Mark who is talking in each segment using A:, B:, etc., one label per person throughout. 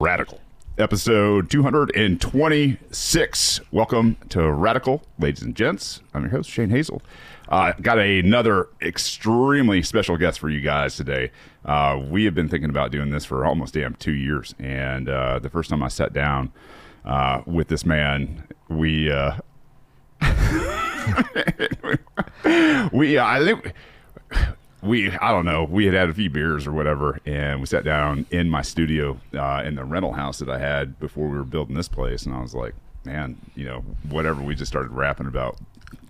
A: Radical, episode 226. Welcome to Radical, ladies and gents. I'm your host, Shane Hazel. Uh, got another extremely special guest for you guys today. Uh, we have been thinking about doing this for almost damn two years. And uh, the first time I sat down uh, with this man, we. Uh, we, uh, I think we I don't know we had had a few beers or whatever, and we sat down in my studio uh, in the rental house that I had before we were building this place, and I was like, man, you know, whatever. We just started rapping about.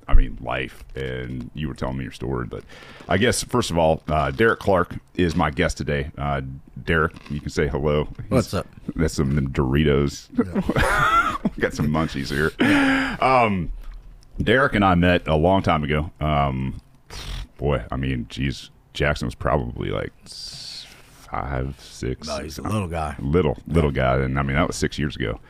A: I mean, life, and you were telling me your story, but I guess first of all, uh, Derek Clark is my guest today. Uh, Derek, you can say hello.
B: What's up?
A: That's some of them Doritos. Got some munchies here. Um, Derek and I met a long time ago. Um, boy, I mean, geez, Jackson was probably like s- five, six,
B: No, Oh, he's a little guy.
A: little little guy, and I mean that was six years ago.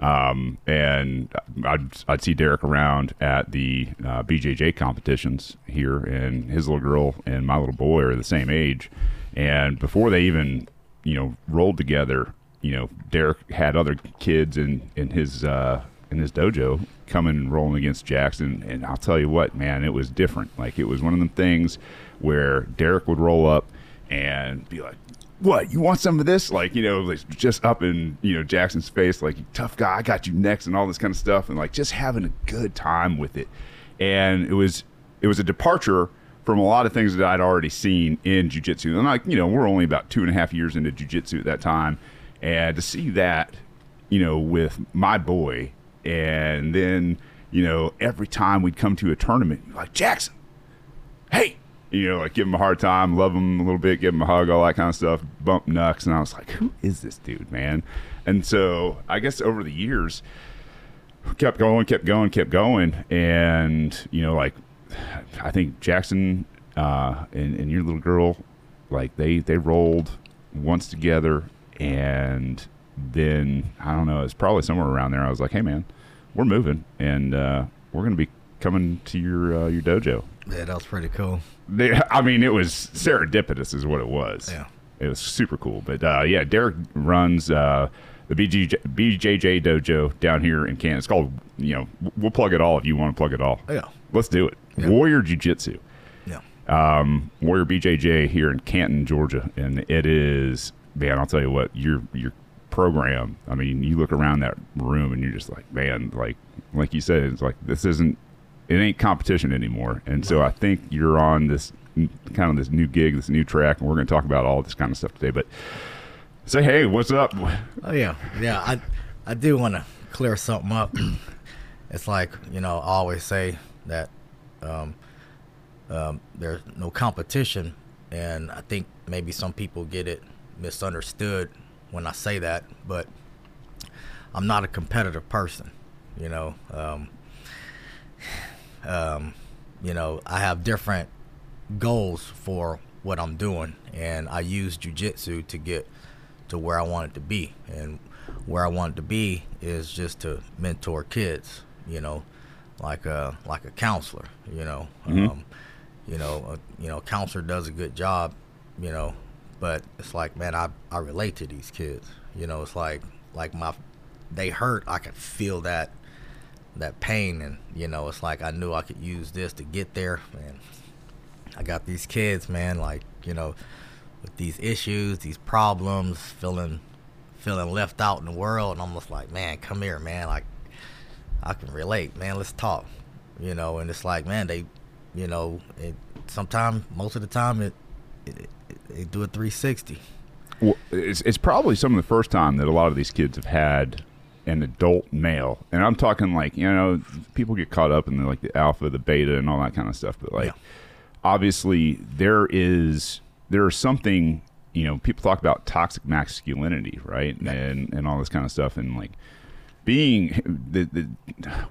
A: Um, and I'd I'd see Derek around at the uh, BJJ competitions here, and his little girl and my little boy are the same age. And before they even you know rolled together, you know Derek had other kids in in his uh, in his dojo coming and rolling against Jackson. And I'll tell you what, man, it was different. Like it was one of them things where Derek would roll up and be like, "What? You want some of this?" Like you know, like just up in you know Jackson's face, like "Tough guy, I got you next," and all this kind of stuff, and like just having a good time with it. And it was it was a departure from a lot of things that I'd already seen in jujitsu. And like you know, we're only about two and a half years into jujitsu at that time, and to see that you know, with my boy. And then, you know, every time we'd come to a tournament, like, Jackson, hey, you know, like give him a hard time, love him a little bit, give him a hug, all that kind of stuff, bump knucks. And I was like, who is this dude, man? And so I guess over the years, kept going, kept going, kept going, and you know, like I think Jackson uh, and, and your little girl, like they they rolled once together, and then I don't know, it's probably somewhere around there. I was like, hey man, we're moving, and uh, we're gonna be coming to your uh, your dojo.
B: Yeah, that was pretty cool.
A: They, I mean, it was serendipitous, is what it was.
B: Yeah.
A: it was super cool. But uh, yeah, Derek runs uh, the BJ, BJJ dojo down here in Canada. It's called, you know, we'll plug it all if you want to plug it all.
B: Oh, Yeah.
A: let's do it.
B: Yeah.
A: Warrior Jiu Jitsu
B: Yeah.
A: um, Warrior BJJ here in Canton, Georgia, and it is man. I'll tell you what your your program. I mean, you look around that room and you're just like, man, like like you said, it's like this isn't it ain't competition anymore. And so I think you're on this n- kind of this new gig, this new track, and we're going to talk about all this kind of stuff today. But say, hey, what's up?
B: Oh yeah. Yeah. I I do want to clear something up. it's like you know I always say that um, um, there's no competition, and I think maybe some people get it misunderstood when I say that, but I'm not a competitive person. You know. Um, um, you know I have different goals for what I'm doing, and I use jujitsu to get to where I want it to be, and where I want it to be is just to mentor kids, you know, like a like a counselor, you know, um, you know, a, you know, counselor does a good job, you know, but it's like, man, I I relate to these kids, you know, it's like like my they hurt, I can feel that that pain and you know it's like i knew i could use this to get there and i got these kids man like you know with these issues these problems feeling feeling left out in the world and i'm just like man come here man like i can relate man let's talk you know and it's like man they you know it sometimes most of the time it, it, it they do a 360
A: Well, it's, it's probably some of the first time that a lot of these kids have had an adult male, and I'm talking like you know people get caught up in the, like the alpha, the beta, and all that kind of stuff. But like,
B: Yeah.
A: obviously, there is there is something you know people talk about toxic masculinity, right, and and all this kind of stuff, and like being the, the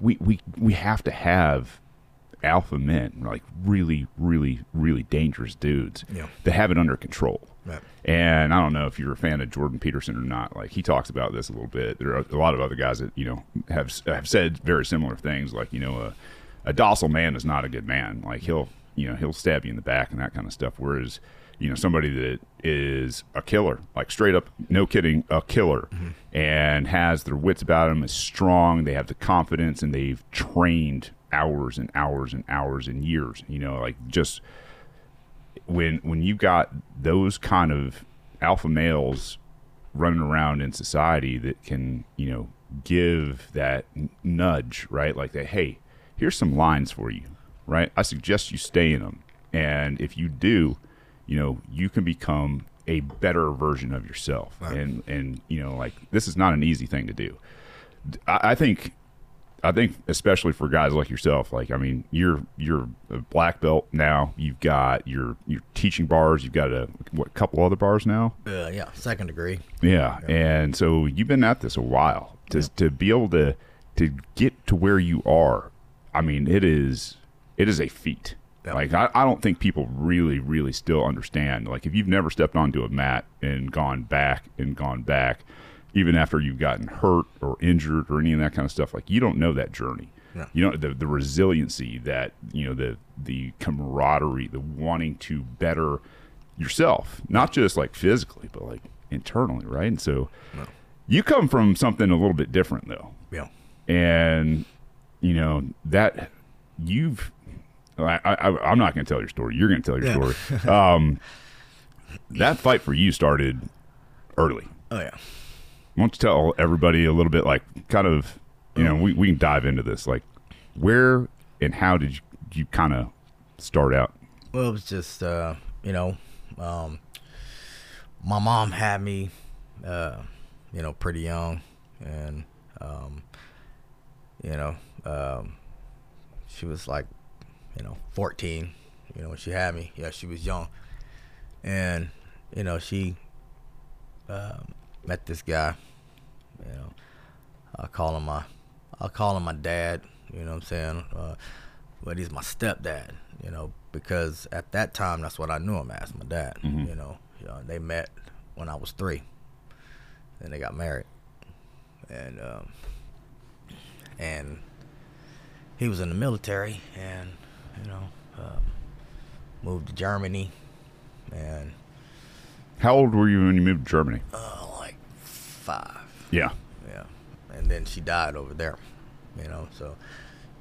A: we we we have to have alpha men like really really really dangerous dudes
B: Yeah.
A: that have it under control
B: Right.
A: and i don't know if you're a fan of jordan peterson or not like he talks about this a little bit there are a lot of other guys that you know have have said very similar things like you know a, a docile man is not a good man like he'll you know he'll stab you in the back and that kind of stuff whereas you know somebody that is a killer like straight up no kidding a killer and has their wits about them is strong they have the confidence and they've trained hours and hours and hours and years you know like just when when you got those kind of alpha males running around in society that can you know give that n- nudge right like that hey here's some lines for you right i suggest you stay in them and if you do you know you can become a better version of yourself and and you know like this is not an easy thing to do I, I think I think especially for guys like yourself, like I mean, you're you're a black belt now. You've got your your teaching bars. You've got a what couple other bars now.
B: Uh, yeah, second degree.
A: Yeah, and so you've been at this a while to to be able to to get to where you are. I mean, it is it is a feat.
B: Yeah.
A: Like I, I don't think people really really still understand. Like if you've never stepped onto a mat and gone back and gone back, even after you've gotten hurt or injured or any of that kind of stuff, like you don't know that journey.
B: No.
A: You know the the resiliency that you know the the camaraderie, the wanting to better yourself, not just like physically, but like internally, right? And so you come from something a little bit different though.
B: Yeah.
A: And you know, that you've I, I I'm not going to tell your story. You're going to tell your
B: Yeah.
A: story. Um that fight for you started early.
B: Oh yeah.
A: Why don't you tell everybody a little bit like kind of you know, we we can dive into this like where and how did you, you kind of start out?
B: Well, it was just uh, you know, um, my mom had me, uh, you know, pretty young, and um, you know, um, she was like, you know, fourteen. You know, when she had me, yeah, she was young, and you know, she um met this guy. You know, I call him my, I call him my dad. You know what I'm saying? Uh, but he's my stepdad. You know, because at that time that's what I knew him as, my dad. You know, You know, they met when I was three, and they got married, and um, and he was in the military, and you know, um, moved to Germany, and
A: How old were you when you moved to Germany?
B: uh, like five.
A: Yeah.
B: Yeah. And then she died over there. You know, so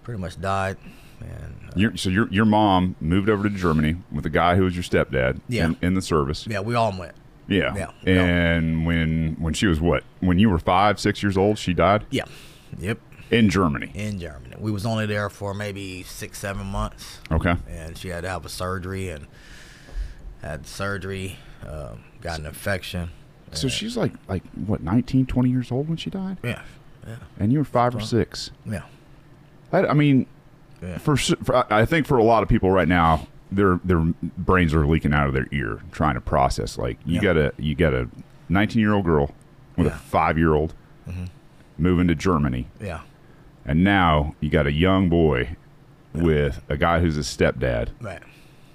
B: pretty much died. And uh,
A: Your, so your your mom moved over to Germany with a guy who was your stepdad
B: Yeah.
A: in, in the service.
B: yeah, we all went.
A: Yeah.
B: Yeah.
A: And when when she was what? When you were five, six years old, she died
B: Yeah. Yep.
A: in Germany.
B: In Germany. We was only there for maybe six, seven months.
A: Okay.
B: And she had to have a surgery and had surgery, um, got an infection.
A: So she's like like what 19, 20 years old when she died,
B: Yeah. Yeah.
A: and you were five or six.
B: Yeah.
A: That, I mean,
B: Yeah.
A: for, s- for I- I think for a lot of people right now, their their brains are leaking out of their ear trying to process. Like you
B: Yeah.
A: got a you got a nineteen year old girl with
B: Yeah. Mm-hmm.
A: a five year old moving to Germany.
B: Yeah.
A: And now you got a young boy with a guy who's his stepdad
B: Right.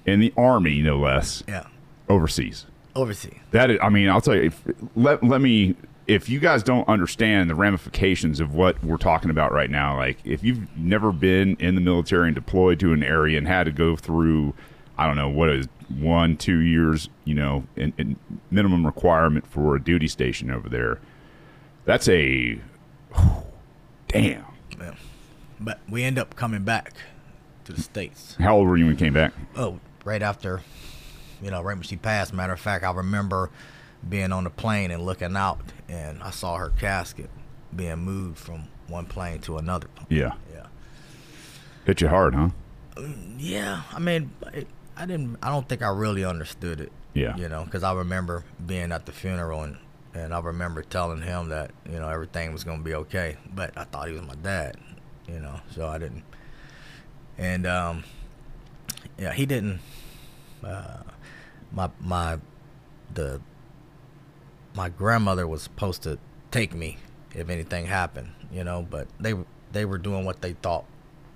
A: in the army, no less,
B: Yeah.
A: overseas.
B: Overseas.
A: That is, I mean, I'll tell you. If, let let me. If you guys don't understand the ramifications of what we're talking about right now, like if you've never been in the military and deployed to an area and had to go through, I don't know what is one two years, you know, in, in minimum requirement for a duty station over there. That's a damn.
B: Yeah. But we end up coming back to the States.
A: How old were you when you came back?
B: oh, right after, you know, right when she passed. Matter of fact, I remember being on the plane and looking out, and I saw her casket being moved from one plane to another.
A: Yeah,
B: Yeah,
A: hit you hard, huh?
B: yeah. I mean, it, I didn't. I don't think I really understood it.
A: Yeah.
B: you know, because I remember being at the funeral and. And I remember telling him that you know everything was gonna be okay, but I thought he was my dad, you know, so I didn't. And um, yeah, he didn't. Uh, my my the my grandmother was supposed to take me if anything happened, you know, but they they were doing what they thought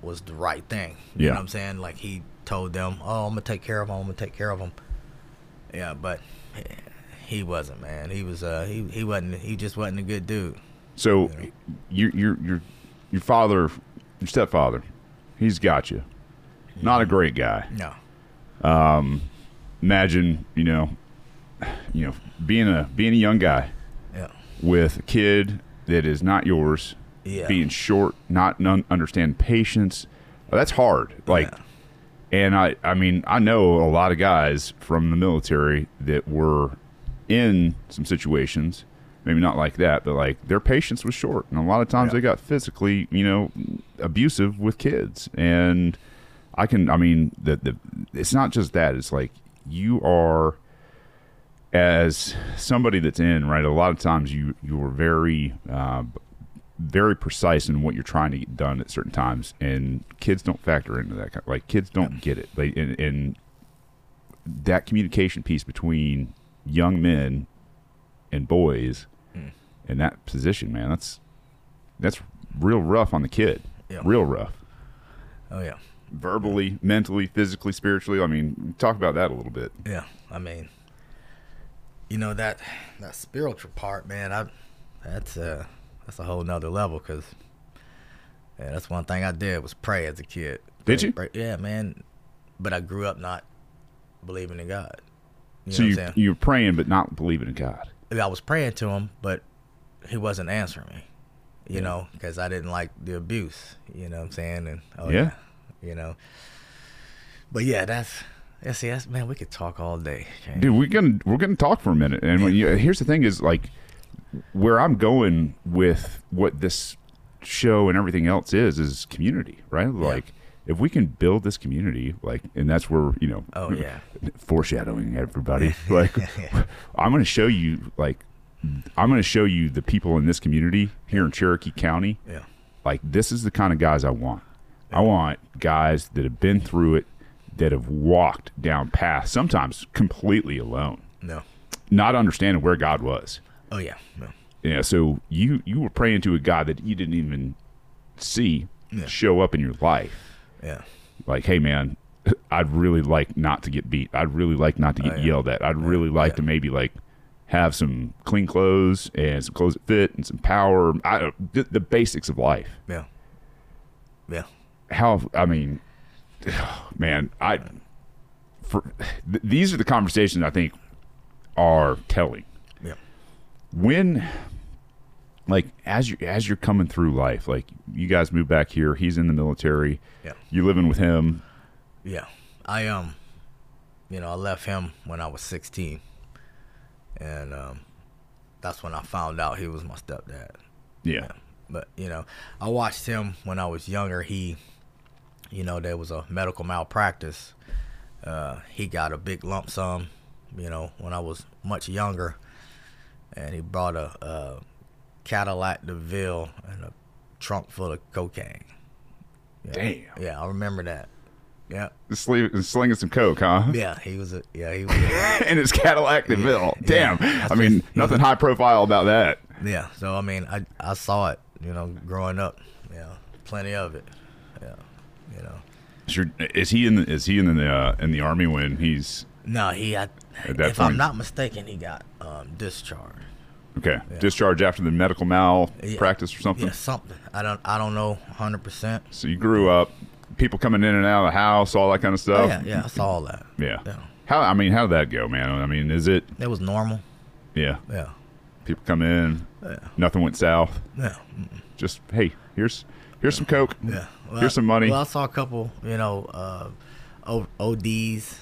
B: was the right thing. You
A: Yeah.
B: know what I'm saying? Like he told them, "Oh, I'm gonna take care of him. I'm gonna take care of him." Yeah, but he wasn't, man. He was uh he he wasn't he just wasn't a good dude.
A: So, your your your your father, your stepfather, he's got you. Not a great guy.
B: No.
A: imagine you know, you know, being a being a young guy
B: Yeah.
A: with a kid that is not yours,
B: Yeah.
A: being short, not un- understand patience. Uh, That's hard. Like,
B: Yeah.
A: and I, I mean, I know a lot of guys from the military that were in some situations, maybe not like that, but like their patience was short, and a lot of times
B: Yeah.
A: they got physically, you know, abusive with kids. And I can, I mean, the the it's not just that. It's like you are as somebody that's in right a lot of times you you are very uh, very precise in what you're trying to get done at certain times and kids don't factor into that kind like kids don't get it like and, and that communication piece between young men and boys
B: Hmm.
A: in that position man that's that's real rough on the kid
B: Yeah.
A: real rough
B: Oh yeah.
A: verbally mentally physically spiritually i mean talk about that a little bit
B: Yeah, I mean, you know that that spiritual part, man. I that's uh that's a whole nother level because yeah, that's one thing I did was pray as a kid.
A: Did
B: Pray-
A: you?
B: pray- yeah, man. But I grew up not believing in God. You
A: so
B: know
A: you
B: what I'm saying?
A: you're praying but not believing in god
B: I was praying to him, but he wasn't answering me. You know, because I didn't like the abuse. You know what I'm saying? And oh
A: Yeah.
B: yeah, you know. But yeah, that's yeah. See, that's man. We could talk all day. Shane.
A: dude we're gonna we're gonna talk for a minute and when you, here's the thing is like where i'm going with what this show and everything else is is community right like if we can build this community like and that's where you know
B: Oh yeah.
A: foreshadowing everybody like i'm gonna show you like i'm gonna show you the people in this community here in cherokee county
B: Yeah.
A: like this is the kind of guys I want. I want guys that have been through it, that have walked down paths, sometimes completely alone,
B: No.
A: not understanding where God was.
B: Oh yeah. No.
A: Yeah, so you you were praying to a God that you didn't even see
B: Yeah.
A: show up in your life.
B: Yeah.
A: Like, hey man, I'd really like not to get beat. I'd really like not to get
B: Oh, yeah.
A: yelled at. I'd really like
B: Yeah.
A: to maybe like have some clean clothes and some clothes that fit and some power. I, the, the basics of life.
B: Yeah. Yeah.
A: how I mean, man, I for th- these are the conversations I think are telling
B: Yeah.
A: when like as you as you're coming through life like you guys move back here he's in the military
B: Yeah.
A: you're living with him
B: Yeah. I um you know, I left him when I was sixteen. And um that's when I found out he was my stepdad.
A: yeah
B: But, you know, I watched him when I was younger. He you know, there was a medical malpractice. Uh he got a big lump sum, you know, when I was much younger. And he brought a, a Cadillac DeVille and a trunk full of cocaine.
A: damn
B: Yeah, I remember that. Yeah,
A: Sli- slinging some coke huh
B: yeah, he was a yeah, he was a,
A: and it's cadillac deville
B: Yeah.
A: damn i mean
B: That's just-
A: nothing high profile about that
B: yeah. So I mean, I I saw it, you know, growing up. Yeah, plenty of it. Yeah, you know.
A: is, your, is he in the, is he in the uh, in the army when he's
B: No, he I, if
A: that point-
B: I'm not mistaken, he got um discharged.
A: okay discharged after the medical mal practice or something
B: Yeah, something. I don't I don't know 100. percent
A: So you grew up, people coming in and out of the house, all that kind of stuff.
B: Yeah, yeah, I saw all that.
A: Oh. Yeah.
B: Yeah.
A: How I mean, how did that go, man? I mean, is it?
B: It was normal.
A: Yeah,
B: Yeah,
A: people come in,
B: Yeah.
A: nothing went south.
B: yeah, Mm,
A: Just hey, here's here's some coke.
B: yeah. Well,
A: here's some money.
B: Well, I saw a couple, you know, uh, o- ODs.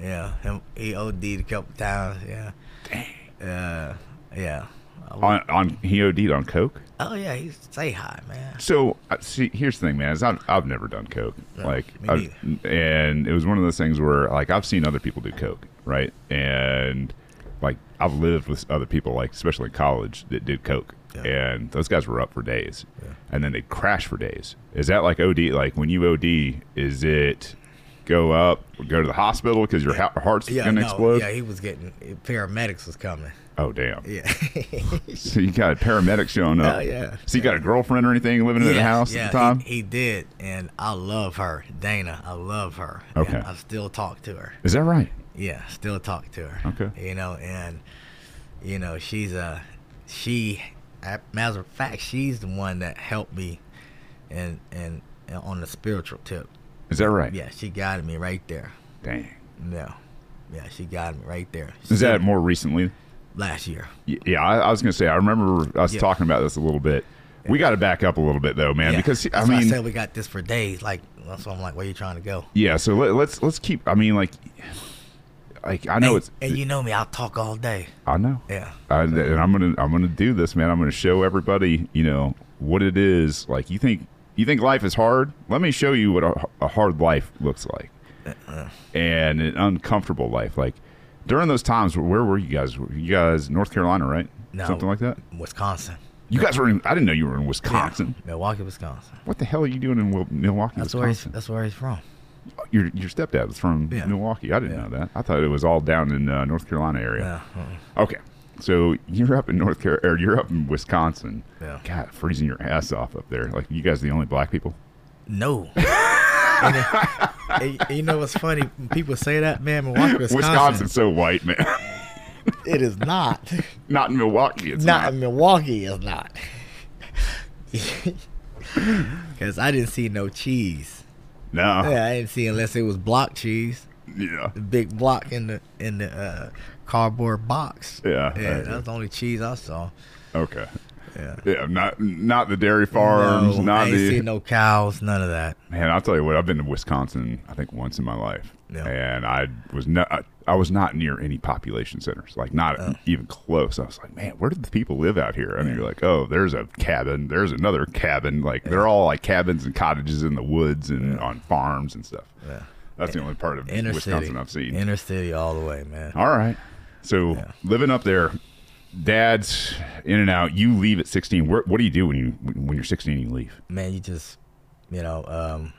B: Yeah, him, he OD'd a couple times. Yeah. Dang. Uh, yeah. I was-
A: on, on he OD'd on coke.
B: Oh yeah, he say hi, man.
A: So I- see, here's the thing, man. Is I've, I've never done coke. like,
B: me
A: I, and it was one of those things where like I've seen other people do coke, right? And like I've lived with other people, like especially in college, that did coke,
B: Yeah.
A: and those guys were up for days, and then they crash for days. Is that like OD? Like when you OD, is it go up, go to the hospital because your ha- heart's
B: Yeah,
A: gonna
B: no,
A: explode?
B: yeah, he was getting paramedics was coming.
A: Oh damn!
B: Yeah,
A: So you got a paramedic showing up.
B: Oh, yeah.
A: So you got a girlfriend or anything living in the house
B: yeah,
A: at the time?
B: He, he did, and I love her, Dana. I love her.
A: Okay.
B: And I still talk to her.
A: Is that right?
B: Yeah, still talk to her.
A: Okay.
B: You know, and you know she's a she. a- Matter of fact, she's the one that helped me, and and on the spiritual tip.
A: Is that right?
B: Yeah, she guided me right there.
A: Dang.
B: No. Yeah, she got me right there.
A: Is that more recently?
B: last year?
A: Y- Yeah, I, I was gonna say. I remember us
B: Yeah.
A: talking about this a little bit. We got to back up a little bit though, man,
B: Yeah.
A: because I
B: That's why I
A: mean,
B: said we got this for days. Like that's why I'm like, where you trying to go?
A: yeah. So let, let's let's keep. I mean, like, like I know
B: and,
A: it's.
B: and you know me, I'll talk all day.
A: I know.
B: Yeah.
A: I, and I'm gonna I'm gonna do this, man. I'm gonna show everybody, you know, what it is. Like you think you think life is hard. Let me show you what a, a hard life looks like,
B: Uh-uh.
A: and an uncomfortable life. Like during those times, where were you guys? Were you guys North Carolina, right?
B: No.
A: Something like that.
B: Wisconsin.
A: You guys were in. I didn't know you were in Wisconsin.
B: Milwaukee, Wisconsin.
A: What the hell are you doing in Wil- Milwaukee,
B: That's where he's
A: Wisconsin?
B: that's where he's from.
A: Your your stepdad was from
B: Yeah.
A: Milwaukee. I didn't
B: Yeah.
A: know that. I thought it was all down in uh, North Carolina area.
B: Yeah. mm-mm.
A: Okay. So you're up in North Carolina, or you're up in Wisconsin.
B: Yeah.
A: God, freezing your ass off up there. Like you guys are the only black people.
B: No. and, then- and- and you know what's funny? When People say that, man, Milwaukee, Wisconsin.
A: Wisconsin's so white, man.
B: It is not.
A: not in Milwaukee. It's
B: not
A: not.
B: in Milwaukee is not. Cause I didn't see no cheese.
A: No.
B: Yeah, I didn't see unless it was block cheese,
A: Yeah.
B: the big block in the in the uh, cardboard box.
A: Yeah,
B: yeah,
A: okay.
B: that was the only cheese I saw.
A: Okay.
B: Yeah,
A: Yeah. Not not the dairy farms.
B: no,
A: not
B: I ain't
A: the
B: seen no cows, none of that.
A: man. I'll tell you what. I've been to Wisconsin. I think once in my life,
B: Yeah.
A: and I was not. I, I was not near any population centers. Like not
B: Oh.
A: even close. I was like, man, where did the people live out here? And you're like, oh, there's a cabin. There's another cabin. Like they're all like cabins and cottages in the woods and on farms and stuff.
B: Yeah.
A: That's the only part of
B: Inner
A: Wisconsin
B: city,
A: I've seen.
B: inner city all the way, man.
A: all right. So living up there, dad's in and out. You leave at 16. Where, what do you do when you when you're 16? You leave.
B: man, you just, you know, um,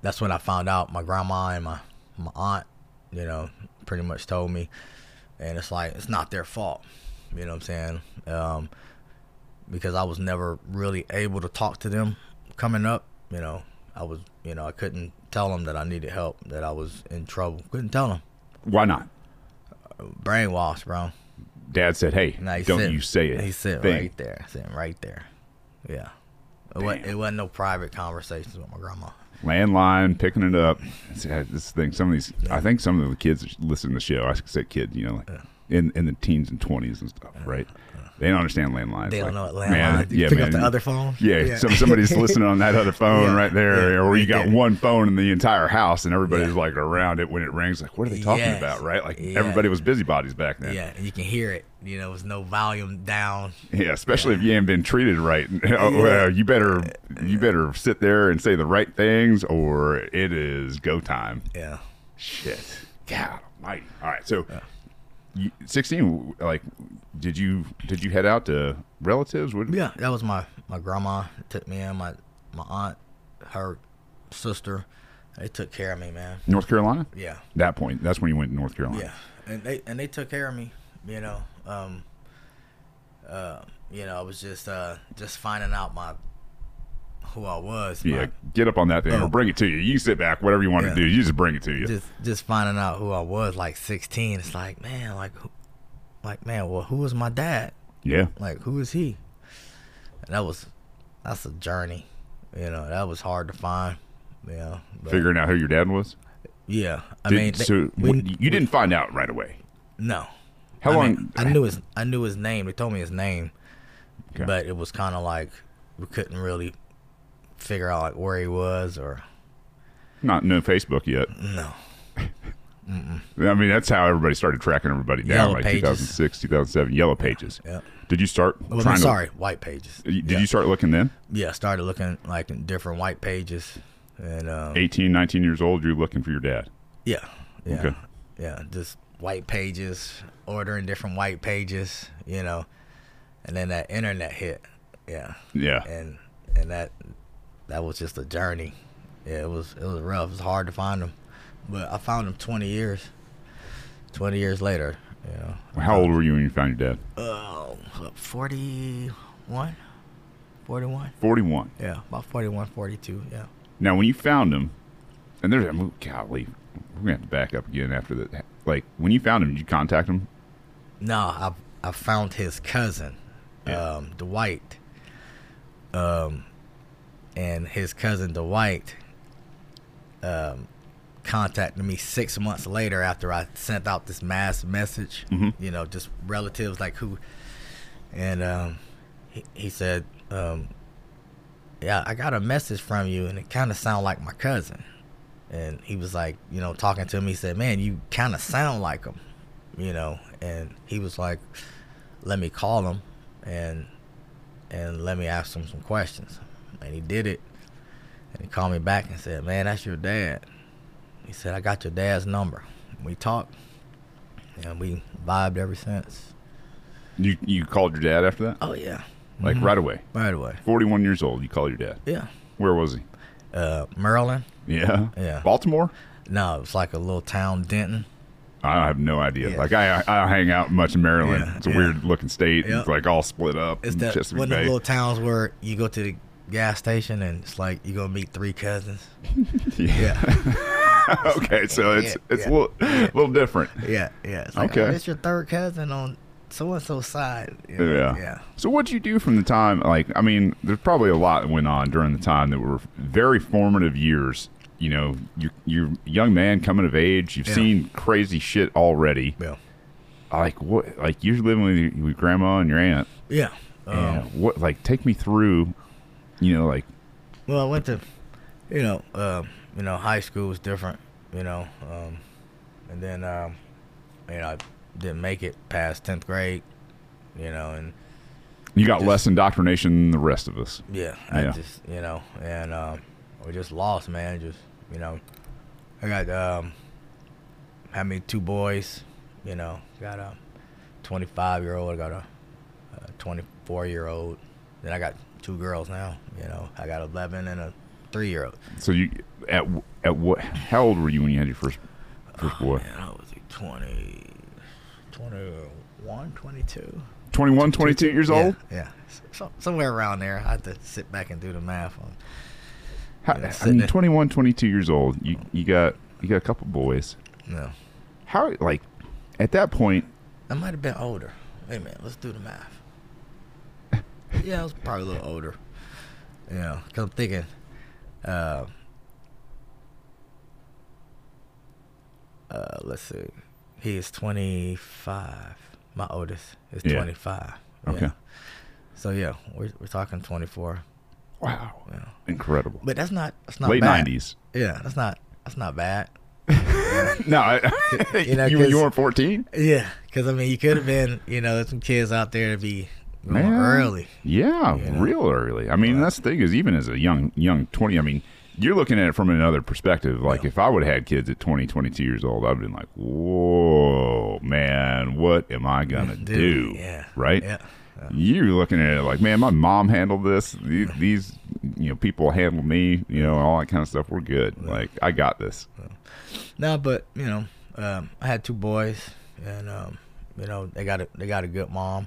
B: that's when I found out my grandma and my, my aunt, you know, pretty much told me. And it's like, it's not their fault. You know what I'm saying? Um, because I was never really able to talk to them coming up. You know, I was, you know, I couldn't tell them that I needed help, that I was in trouble. Couldn't tell them.
A: Why not?
B: Brainwashed, bro.
A: Dad said, "Hey,
B: Nah, he's
A: don't
B: sitting-
A: you say it."
B: He's sitting
A: Thing.
B: right there. Sitting right there. Yeah. It wasn't,
A: Damn.
B: it wasn't no private conversations with my grandma.
A: landline, picking it up. It's- uh, This thing, some of these, I think some of the kids that listen to the show. I said kids, you know, like in in the teens and twenties and stuff, right? They don't understand landlines.
B: They
A: like,
B: don't know what
A: man,
B: landline. You pick up the other phone.
A: Yeah, some- somebody's listening on that other phone
B: Yeah,
A: right there,
B: yeah,
A: or you
B: right
A: got
B: there.
A: one phone in the entire house, and everybody's
B: Yeah.
A: like around it when it rings. Like, what are they talking
B: Yes.
A: about? Right? Like
B: Yeah.
A: everybody was busybodies back then.
B: Yeah, and you can hear it. You know, there's no volume down.
A: Yeah, especially if you ain't been treated right. Oh,
B: Yeah.
A: well, you better you better sit there and say the right things, or it is go time.
B: Yeah.
A: Shit. God almighty. All right. So, you, 16, like, did you, did you head out to relatives? What,
B: Yeah, that was my my grandma took me in. My my aunt, her sister, they took care of me, man.
A: North Carolina?
B: Yeah,
A: That point. That's when you went to North Carolina.
B: yeah, and they and they took care of me. You know, um, uh, you know, I was just uh just finding out my who I was. my-
A: Yeah, get up on that thing or
B: Oh.
A: bring it to you. You sit back, whatever you want
B: Yeah.
A: to do, you just bring it to you.
B: just just finding out who I was, like 16. It's like, man, like, who- like man, well, who was my dad?
A: yeah,
B: like who is he and that was that's a journey you know that was hard to find yeah but-
A: figuring out who your dad was.
B: yeah i
A: Did-
B: mean they-
A: so
B: we-
A: what- you didn't find out right away.
B: no
A: How
B: I
A: long?
B: mean, i knew his i knew his name they told me his name
A: Okay.
B: but it was kind of like we couldn't really figure out like where he was or
A: Not no Facebook yet.
B: no
A: I mean, that's how everybody started tracking everybody down,
B: Yellow
A: like
B: Pages.
A: 2006, 2007, Yellow Pages.
B: yeah
A: Did you start?
B: well,
A: trying
B: I'm
A: to-
B: sorry white pages
A: Did
B: yeah.
A: you start looking then?
B: yeah started looking like in different white pages and um
A: 18, 19 years old, you're looking for your dad.
B: Yeah. Yeah.
A: Okay.
B: Yeah. Just white pages, ordering different white pages, you know. And then that internet hit. Yeah.
A: Yeah.
B: And and that that was just a journey. Yeah, it was it was rough. It was hard to find them. But I found them twenty years. Twenty years later, you know.
A: How old were you when you found your dad?
B: Oh, 41? 41?
A: 41.
B: Yeah, about 41, 42, yeah.
A: Now, when you found him, and there's a golly, we're gonna have to back up again after that. Like when you found him, did you contact him?
B: No, I I found his cousin,
A: Yeah.
B: um, Dwight. Um, and his cousin Dwight, um, contacted me six months later after I sent out this mass message.
A: Mhm.
B: You know, just relatives like who, and um, he, he said, um, "Yeah, I got a message from you, and it kind of sounded like my cousin." And he was like, you know, talking to me, he said, "Man, you kind of sound like him," you know. And he was like, "Let me call him, and and let me ask him some questions." And he did it. And he called me back and said, Man, that's your dad. He said, I got your dad's number. We talked and we vibed ever since.
A: You you called your dad after that?
B: Oh, yeah.
A: Like right away.
B: Right away.
A: Forty one years old. You call your dad.
B: Yeah.
A: Where was he?
B: Uh, Maryland?
A: Yeah.
B: Yeah.
A: Baltimore.
B: No, it was like a little town, Denton.
A: I have no idea.
B: Yeah.
A: Like I, I I hang out much in Maryland.
B: Yeah,
A: it's a
B: yeah.
A: weird looking state.
B: Yep.
A: It's like all split up.
B: It's
A: and
B: that
A: Chesapeake
B: one of the
A: Bay.
B: little towns where you go to the gas station and it's like you're going to meet three cousins.
A: yeah. okay, so it's
B: Yeah,
A: it's
B: yeah.
A: a little little different.
B: Yeah, yeah. It's like,
A: Okay.
B: oh, it's your third cousin on so and so's side. You know,
A: Yeah.
B: Yeah.
A: So what'd you do from the time like I mean, there's probably a lot that went on during the time that were very formative years. You know, you you're a young man coming of age, you've
B: Yeah.
A: seen crazy shit already.
B: Yeah.
A: Like what like you're living with, your, with grandma and your aunt.
B: Yeah.
A: And
B: Um,
A: what like take me through, you know, like
B: Well, I went to, you know, um, you know, high school was different, you know, um, and then, um, you know, I didn't make it past tenth grade, you know, and
A: you got
B: Just-
A: less indoctrination than the rest of us.
B: yeah, I
A: Yeah.
B: just, you know, and um, we just lost, man. Just, you know, I got um, had me two boys, you know, got a twenty-five year old, I got a, a twenty-four year old, then I got two girls now, you know, I got eleven and a three year old.
A: So you at at what how old were you when you had your first first boy?
B: Man, I was like 20, 21, 22.
A: 21, 22 years
B: yeah,
A: old?
B: Yeah. So, somewhere around there. I have to sit back and do the math on.
A: How,
B: Yeah,
A: I
B: sitting
A: mean,
B: there.
A: 21, 22 years old. You you got you got a couple boys.
B: No.
A: How like at that point?
B: I might have been older. Wait a minute. Let's do the math. Yeah, I was probably a little older. You know, 'cause I'm thinking, uh, uh, let's see. He is 25. My oldest is
A: Yeah.
B: 25.
A: Okay.
B: Yeah. So, yeah, we're, we're talking 24.
A: Wow,
B: Yeah.
A: incredible.
B: But that's not that's not
A: Late
B: bad.
A: nineties.
B: Yeah, that's not that's not bad.
A: No, I, you,
B: You know,
A: were-
B: 'cause-
A: you weren't fourteen.
B: Yeah, because I mean, you could have been. You know, there's some kids out there to be going
A: Man.
B: early.
A: Yeah,
B: Yeah.
A: real early. I mean, that's the thing is even as a young young twenty. I mean, you're looking at it from another perspective. Like if I would have had kids at 20, 22 years old, I'd have been like, whoa, man, what am I gonna do?
B: Dude, Yeah.
A: Right.
B: Yeah.
A: you're looking at it like, man, my mom handled this. These, these you know, people handle me. You know, all that kind of stuff. We're good. Like, I got this.
B: No, but you know, um, I had two boys, and um, you know, they got a they got a good mom.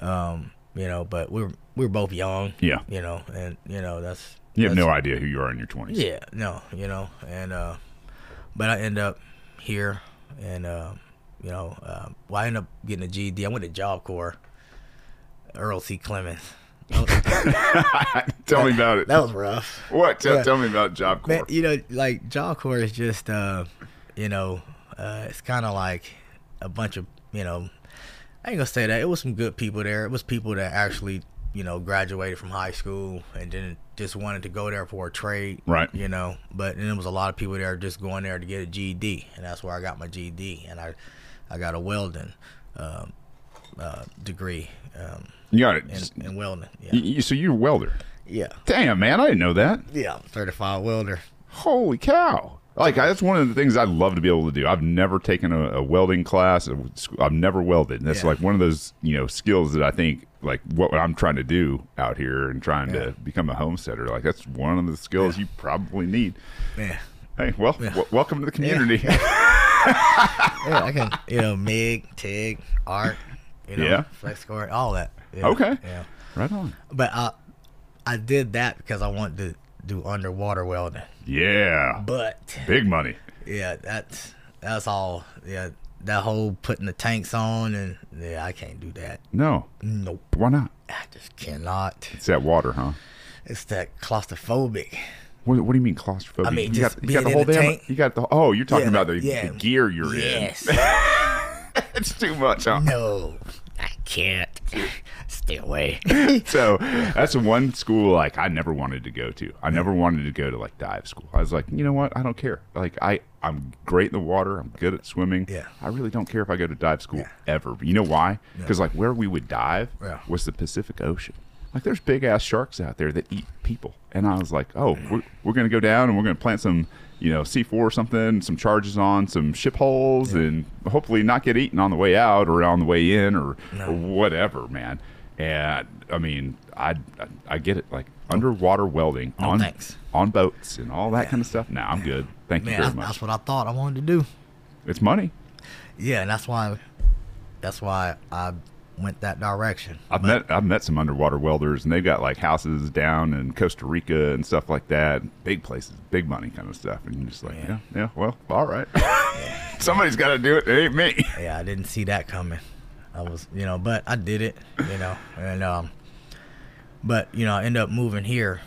B: Um, you know, but we were we were both young.
A: Yeah,
B: You know, and you know that's
A: you have
B: that's-
A: no idea who you are in your twenties.
B: Yeah, no, you know, and uh, but I end up here, and uh, you know, uh, well, I end up getting a GED. I went to Job Corps, Earl C. Clemens.
A: tell me about it.
B: That was rough.
A: what? Tell,
B: yeah.
A: tell me about Job Corps.
B: Man, you know, like Job Corps is just, uh, you know, uh, it's kind of like a bunch of, you know, I ain't gonna say that. It was some good people there. It was people that actually, you know, graduated from high school and didn't just wanted to go there for a trade.
A: Right.
B: You know, but then there was a lot of people there just going there to get a GED, and that's where I got my GED, and I, I got a welding, um, uh, degree, um,
A: you got it.
B: in,
A: Just-
B: in welding.
A: you-
B: Yeah.
A: you- so you're a welder.
B: Yeah.
A: Damn, man, I didn't know that.
B: Yeah. I'm a certified welder.
A: Holy cow. Like I- that's one of the things I'd love to be able to do. I've never taken a, a welding class. It was- I've never welded. And that's
B: Yeah.
A: like one of those you know skills that I think like what I'm trying to do out here and trying to become a homesteader. Like that's one of the skills you probably need.
B: Yeah.
A: Hey, well, w- welcome to the community.
B: yeah, I can, you know, MIG, TIG, ARC, you know,
A: Yeah.
B: flex core, all that. Yeah,
A: Okay.
B: Yeah.
A: right on.
B: But I, I did that because I wanted to do underwater welding.
A: Yeah,
B: But
A: big money.
B: yeah, that's that's all. Yeah, that whole putting the tanks on and yeah, I can't do that.
A: No,
B: Nope,
A: why not?
B: I just cannot.
A: It's that water, huh?
B: It's that claustrophobic
A: What, what do you mean claustrophobia?
B: I mean,
A: you
B: just
A: got, you got
B: being
A: the
B: in
A: whole
B: the
A: damn.
B: tank.
A: You got the. Oh, you're talking
B: Yeah,
A: about the,
B: yeah.
A: the gear you're
B: yes.
A: in. it's too much. Huh?
B: no, I can't. Stay away.
A: So that's the one school like I never wanted to go to. I never wanted to go to like dive school. I was like, you know what? I don't care. Like I, I'm great in the water. I'm good at swimming.
B: Yeah.
A: I really don't care if I go to dive school ever. You know why? Because like where we would dive
B: Yeah.
A: was the Pacific Ocean. Like there's big ass sharks out there that eat people, and I was like, oh, we're, we're gonna go down and we're gonna plant some, you know, C4 or something, some charges on some ship holes, and hopefully not get eaten on the way out or on the way in or, or whatever, man. And I mean, I I, I get it, like underwater welding on
B: Oh. thanks.
A: on boats and all that kind of stuff. Now I'm good. Thank you very
B: Man, that's-
A: much.
B: that's what I thought I wanted to do.
A: It's money.
B: Yeah, and that's why, that's why I went that direction.
A: I've met I've met some underwater welders, and they've got like houses down in Costa Rica and stuff like that. Big places, big money kind of stuff. And you're just like, yeah, yeah, well, all right. Somebody's got to do it. It ain't me.
B: Yeah, I didn't see that coming. I was, you know, but I did it, you know, and um, but you know, I end up moving here,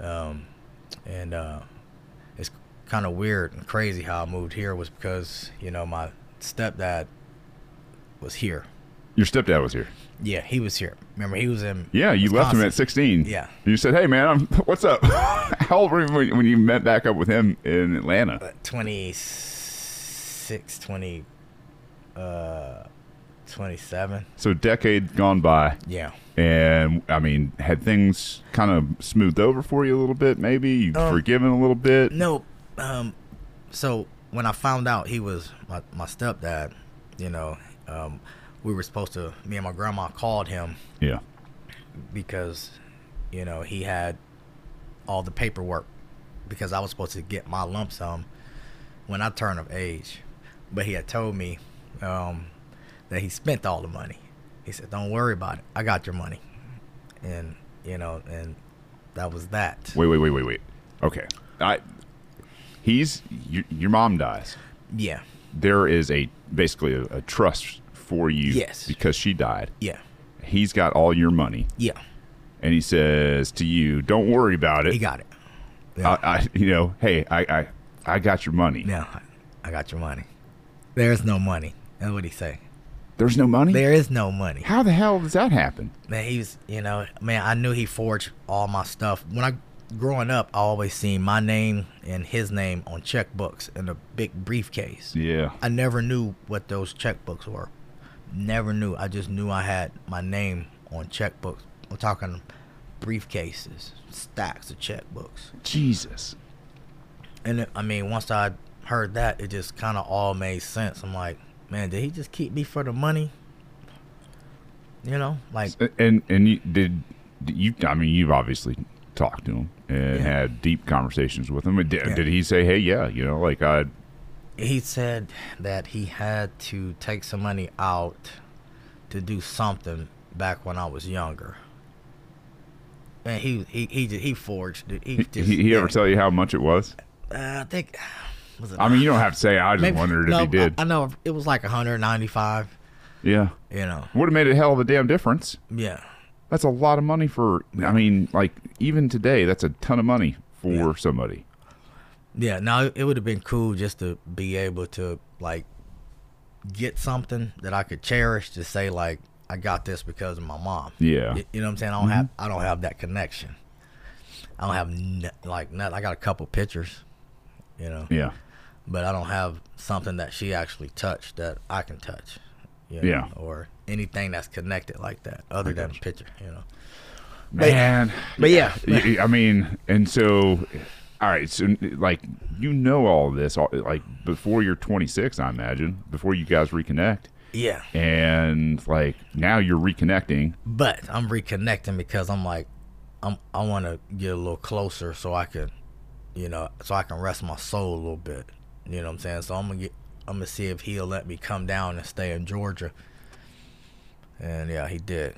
B: um, and uh, it's kind of weird and crazy how I moved here was because you know my stepdad was here.
A: Your stepdad was here.
B: Yeah, he was here. Remember, he was in.
A: Yeah, you left him
B: Wisconsin.
A: at 16.
B: Yeah.
A: You said, hey, man, I'm, what's up? How old were you when, when you met back up with him in Atlanta?
B: 26, 20, uh, 27.
A: So, decade gone by.
B: Yeah.
A: And I mean, had things kind of smoothed over for you a little bit, maybe? You
B: Um,
A: forgiven a little bit?
B: No. Um, so when I found out he was my, my stepdad, you know, um, we were supposed to, me and my grandma called him
A: Yeah.
B: because, you know, he had all the paperwork because I was supposed to get my lump sum when I turned of age. But he had told me um, that he spent all the money. He said, don't worry about it. I got your money. And, you know, and that was that.
A: Wait, wait, wait, wait, wait. Okay, I. He's your, your mom dies.
B: Yeah.
A: There is a basically a, a trust for you.
B: Yes.
A: Because she died.
B: Yeah.
A: He's got all your money,
B: Yeah.
A: and he says to you, "Don't worry about it.
B: He got it.
A: I, I, you know, hey, I, I, I got your money.
B: No, I got your money. There's no money. That's what he say.
A: There's no money.
B: There is no money.
A: How the hell does that happen?
B: Man, he was, you know, man, I knew he forged all my stuff. When I growing up, I always seen my name and his name on checkbooks in a big briefcase.
A: Yeah.
B: I never knew what those checkbooks were. Never knew. I just knew I had my name on checkbooks. I'm talking briefcases, stacks of checkbooks.
A: Jesus.
B: And it- I mean, once I heard that, it just kind of all made sense. I'm like, man, did he just keep me for the money? You know, like,
A: And and you, did did you? I mean, you've obviously talked to him and
B: Yeah.
A: had deep conversations with him. Did,
B: Yeah.
A: did he say, hey, yeah, you know, like I,
B: he said that he had to take some money out to do something back when I was younger. Man, he he he ju- he forged it. He,
A: He,
B: just,
A: he ever
B: yeah.
A: tell you how much it was?
B: Uh, I think. Was it
A: I mean, you don't have to say. I just
B: maybe-
A: wondered if
B: no,
A: he did.
B: I, I know it was like 195.
A: yeah,
B: You know,
A: would have made a hell of a damn difference.
B: yeah,
A: That's a lot of money for. I mean, like even today, that's a ton of money for somebody.
B: Yeah, no, it would have been cool just to be able to like get something that I could cherish to say like I got this because of my mom.
A: Yeah. Mm-hmm.
B: Y- you know what I'm saying? I don't have I don't have that connection. I don't have n- like nothing. I got a couple pictures, you know,
A: Yeah,
B: but I don't have something that she actually touched that I can touch. you know,
A: Yeah.
B: or anything that's connected like that other than a picture, you know.
A: man.
B: But yeah,
A: Y- I mean, and so, all right. So, like, you know all this, all, like before you're 26, I imagine, before you guys reconnect,
B: yeah.
A: and like now you're reconnecting.
B: but I'm reconnecting because I'm like, I'm I want to get a little closer so I can, you know, so I can rest my soul a little bit. You know what I'm saying? So I'm gonna get, I'm gonna see if he'll let me come down and stay in Georgia. And yeah, he did.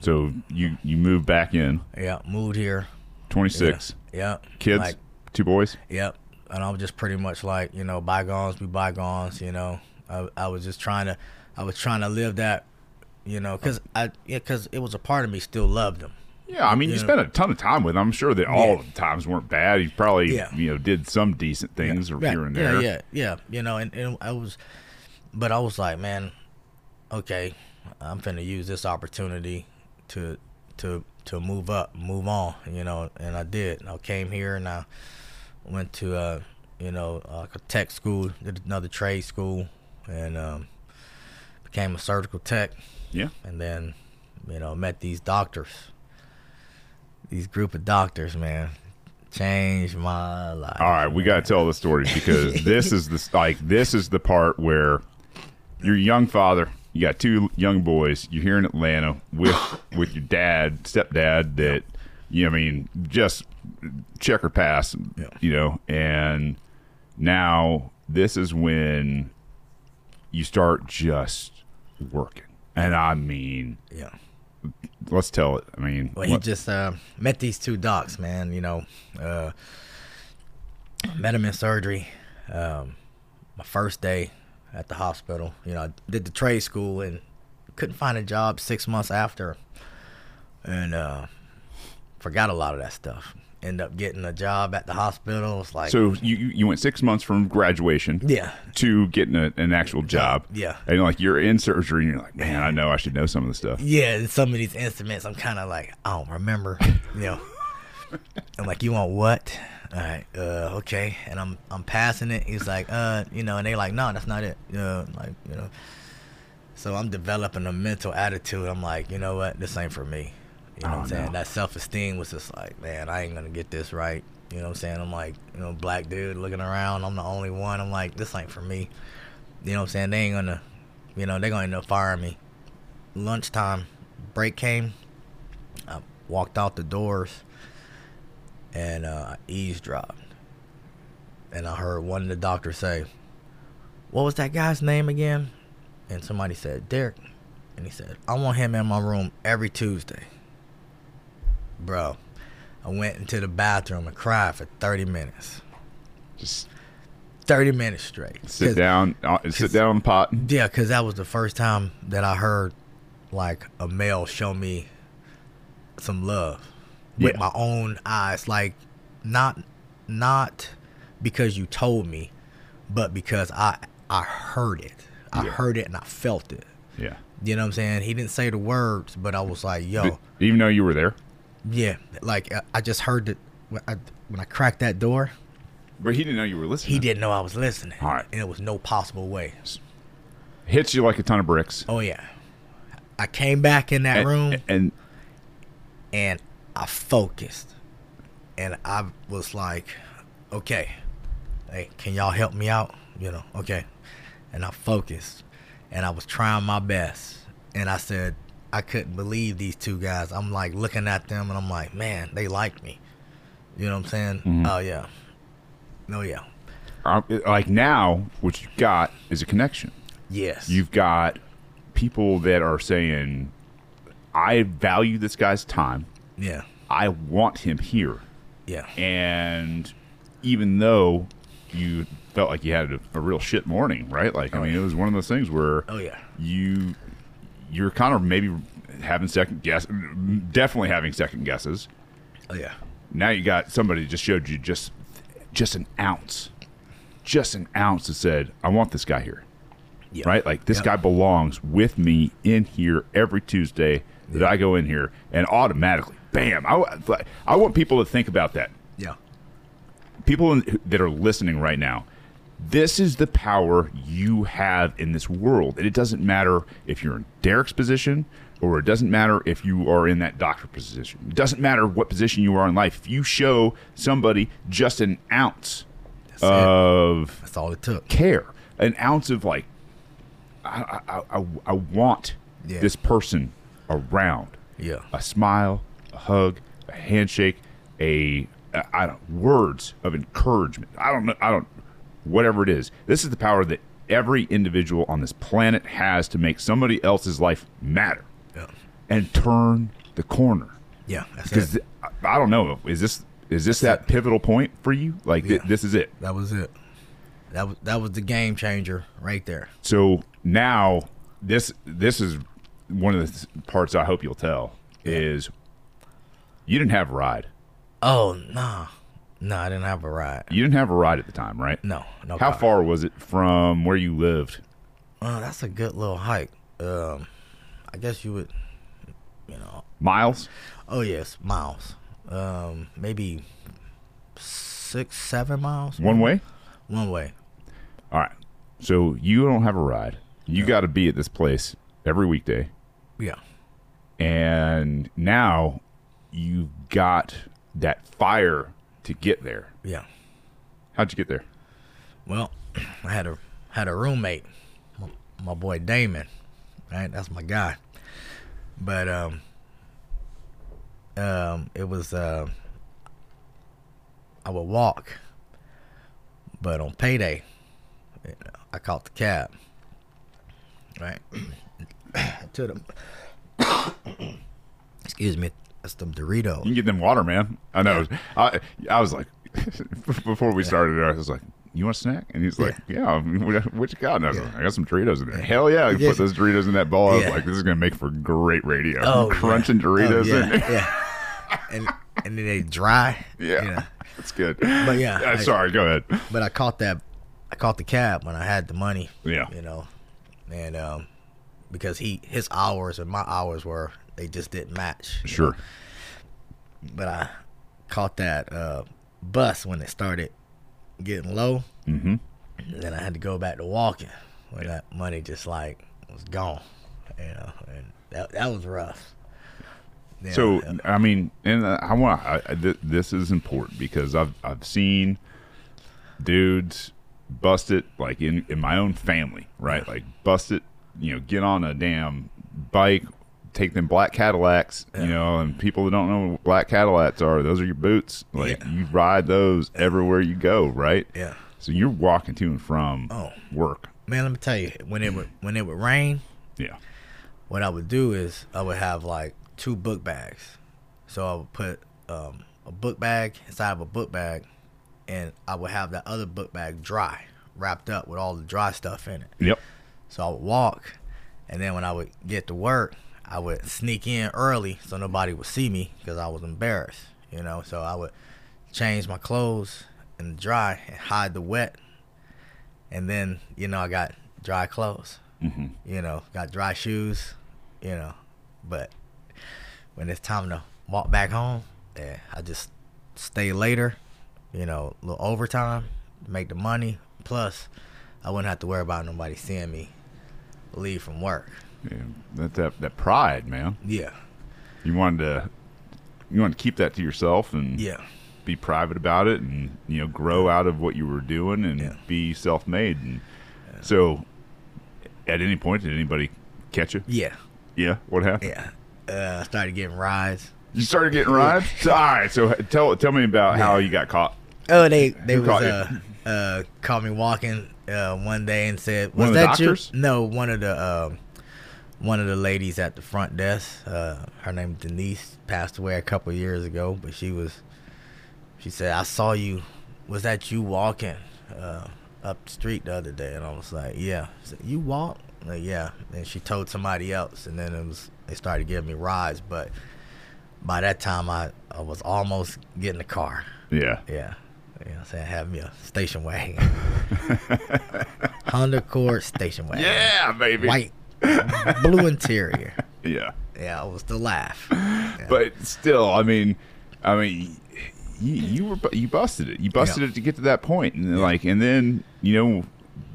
A: So you you move back in
B: Yeah, moved here.
A: 26.
B: Yeah,
A: Kids,
B: Like,
A: two boys.
B: Yep. And I was just pretty much like, you know, bygones be bygones, you know. I, I was just trying to, I was trying to live that, you know, because I, yeah, 'cause it was a part of me still loved him.
A: Yeah, I mean, you
B: Yeah.
A: spent a ton of time with him. I'm sure that all of the times weren't bad. He probably,
B: Yeah.
A: you know, did some decent things or
B: Right.
A: here and there.
B: Yeah, yeah, yeah. You know, and, and I was, but I was like, man, okay, I'm finna use this opportunity to to to move up, move on. You know, and I did. And I came here and I went to uh, you know uh, a tech school, did another trade school, and um, became a surgical tech.
A: Yeah.
B: And then, you know, met these doctors. These group of doctors, man, changed my life.
A: All right, we got to tell the story because this is the like this is the part where you're a young father, you got two young boys, you're here in Atlanta with with your dad, stepdad that you know, I mean, just checker pass,
B: Yeah.
A: you know, and now this is when you start just working. And I mean,
B: Yeah.
A: let's tell it. I mean,
B: Well, he
A: what-
B: just uh, met these two docs, man. You know, uh, met him in surgery. Um, my first day at the hospital. You know, I did the trade school and couldn't find a job six months after, and uh, forgot a lot of that stuff. End up getting a job at the hospital. It's like,
A: so you you you went 6 months from graduation.
B: yeah,
A: to getting a, an actual job.
B: Yeah.
A: And like you're in surgery and you're like, man, I know I should know some of the stuff.
B: yeah. and Some of these instruments, I'm kind of like, I don't remember. You know, I'm like, you want what? All right, uh, okay. And I'm I'm passing it. He's like, uh, you know, and they like, no, that's not it. Uh, like, you know. So I'm developing a mental attitude. I'm like, you know what, this ain't for me. You know what
A: Oh,
B: I'm saying?
A: no.
B: That self esteem was just like, man, I ain't gonna get this right. You know what I'm saying? I'm like, you know, black dude looking around, I'm the only one. I'm like, this ain't for me. You know what I'm saying? They ain't gonna you know, they gonna end up firing me. Lunchtime break came. I walked out the doors and uh, I eavesdropped. And I heard one of the doctors say, What was that guy's name again? And somebody said, Derek. And he said, I want him in my room every Tuesday. Bro, I went into the bathroom and cried for 30 minutes.
A: Just
B: 30 minutes straight.
A: sit
B: 'Cause-
A: down, uh, sit down on the pot.
B: Yeah, because that was the first time that I heard like a male show me some love with
A: Yeah.
B: my own eyes. Like not not because you told me, but because I I heard it. I
A: Yeah.
B: heard it and I felt it.
A: Yeah.
B: You know what I'm saying? He didn't say the words, but I was like, yo.
A: Even though you were there,
B: yeah, like I, I just heard that when I, when I cracked that door,
A: but he didn't know you were listening.
B: he didn't know I was listening.
A: All right.
B: And it was no possible way.
A: Hits you like a ton of bricks.
B: Oh yeah. I came back in that
A: and,
B: room
A: And
B: and I focused. And I was like, okay, hey, can y'all help me out? You know, okay. And I focused and I was trying my best. And I said, I couldn't believe these two guys. I'm like looking at them and I'm like, man, they like me. You know what I'm saying? Oh, yeah. No, yeah.
A: uh, like now, what you've got is a connection.
B: Yes.
A: You've got people that are saying, I value this guy's time.
B: yeah.
A: I want him here.
B: Yeah.
A: and even though you felt like you had a, a real shit morning, right? Like I mean, it was one of those things where
B: Oh, yeah.
A: you you're kind of maybe having second guess, definitely having second guesses.
B: Oh, yeah.
A: Now you got somebody that just showed you just just an ounce, just an ounce that said, "I want this guy here."
B: Yeah.
A: right? Like this
B: Yep.
A: guy belongs with me in here every Tuesday that I go in here, and automatically, bam! I w- I want people to think about that
B: Yeah.
A: people in, that are listening right now, this is the power you have in this world. And it doesn't matter if you're in Derek's position or it doesn't matter if you are in that doctor position. It doesn't matter what position you are in life. If you show somebody just an ounce
B: That's
A: Uh,
B: it.
A: of
B: That's all it took.
A: care, an ounce of like, I, I, I, I want
B: Yeah.
A: this person around
B: Yeah.
A: a smile, a hug, a handshake, a a- I don't words of encouragement. I don't know. I don't whatever it is. This is the power that every individual on this planet has to make somebody else's life matter
B: Yeah.
A: and turn the corner.
B: Yeah. That's it.
A: Because I I don't know. Is this is this that pivotal point for you? Like th-
B: Yeah.
A: this is it.
B: That was it. That was that was the game changer right there.
A: So now this this is one of the parts I hope you'll tell is You didn't have a ride.
B: Oh no, no, I didn't have a ride.
A: You didn't have a ride at the time, right?
B: No, no.
A: How
B: car.
A: far was it from where you lived?
B: Uh, that's a good little hike. Um, I guess you would, you know.
A: Miles?
B: Oh yes, miles. Um, maybe six, seven miles.
A: One way?
B: One way.
A: All right. So you don't have a ride. You got to be at this place every weekday.
B: Yeah.
A: And now you've got that fire to get there.
B: Yeah.
A: How'd you get there?
B: Well, I had a had a roommate, my, my boy Damon. Right, that's my guy. But um, um, it was uh, I would walk, but on payday, you know, I caught the cab. Right to the excuse me, that's the
A: You
B: Dorito.
A: can get them water, man. I know. I I was like, before we started, I was like, "You want a snack?" And he's like, "Yeah, what you got?" And I was like, "I got some Doritos in there." Hell yeah! You
B: Yeah.
A: put those Doritos in that bowl. I was
B: Yeah.
A: like, "This is gonna make for great radio."
B: Oh, yeah.
A: crunching Doritos
B: yeah,
A: in there.
B: yeah. and and then they dry.
A: Yeah,
B: you know.
A: that's good. But
B: yeah, I-
A: sorry. Go ahead.
B: but I caught that I caught the cab when I had the money.
A: Yeah.
B: You know. And um because he his hours and my hours were they just didn't match. you
A: Sure.
B: know. But I caught that uh bus when it started getting low. Mm-hmm. And then I had to go back to walking when that money just like was gone. You know, and that that was rough. Yeah,
A: So
B: yeah.
A: I mean, and uh, I want I, I- th- this is important because I've I've seen dudes bust it like in in my own family, right? Like bust it, you know, get on a damn bike, take them black Cadillacs, you know, and people that don't know what black Cadillacs are, those are your boots. Like
B: Yeah.
A: you ride those everywhere you go, right?
B: Yeah.
A: So you're walking to and from
B: Oh.
A: work.
B: man, let me tell you, when it would when it would rain,
A: Yeah.
B: what I would do is I would have like two book bags. So I would put um, a book bag inside of a book bag, and I would have that other book bag dry, wrapped up with all the dry stuff in it.
A: Yep.
B: So I would walk, and then when I would get to work, I would sneak in early so nobody would see me because I was embarrassed, you know. So I would change my clothes and dry and hide the wet, and then you know I got dry clothes, mm-hmm. you know, got dry shoes, you know. But when it's time to walk back home, yeah, I just stay later, you know, a little overtime, make the money. Plus, I wouldn't have to worry about nobody seeing me leave from work.
A: Yeah. That that that pride, man.
B: Yeah,
A: You wanted to you wanted to keep that to yourself and
B: yeah,
A: be private about it and you know grow out of what you were doing and
B: Yeah.
A: be self-made and so at any point did anybody catch you
B: yeah,
A: yeah what happened
B: yeah. Uh, I started getting rides.
A: you started getting rides so, all right so h- tell tell me about how you got caught
B: Oh, they they
A: Who
B: was
A: caught
B: uh, uh caught me walking uh one day and said, "Was
A: of the
B: that
A: doctors?
B: you?" No, one of the um one of the ladies at the front desk. Uh, her name Denise passed away a couple years ago, but she was she said, "I saw you. Was that you walking uh, up the street the other day?" And I was like, "Yeah." She said, "You walk?" I'm Like, yeah. And she told somebody else, and then it was they started giving me rides, but. By that time, I, I was almost getting the car.
A: yeah
B: Yeah. You know what I'm saying? Have me a station wagon. Honda Accord station wagon.
A: yeah baby
B: White, blue interior.
A: yeah
B: Yeah, it was the laugh.
A: but still i mean i mean you, you were bu- you busted it you busted
B: Yeah.
A: it to get to that point and then, like and then you know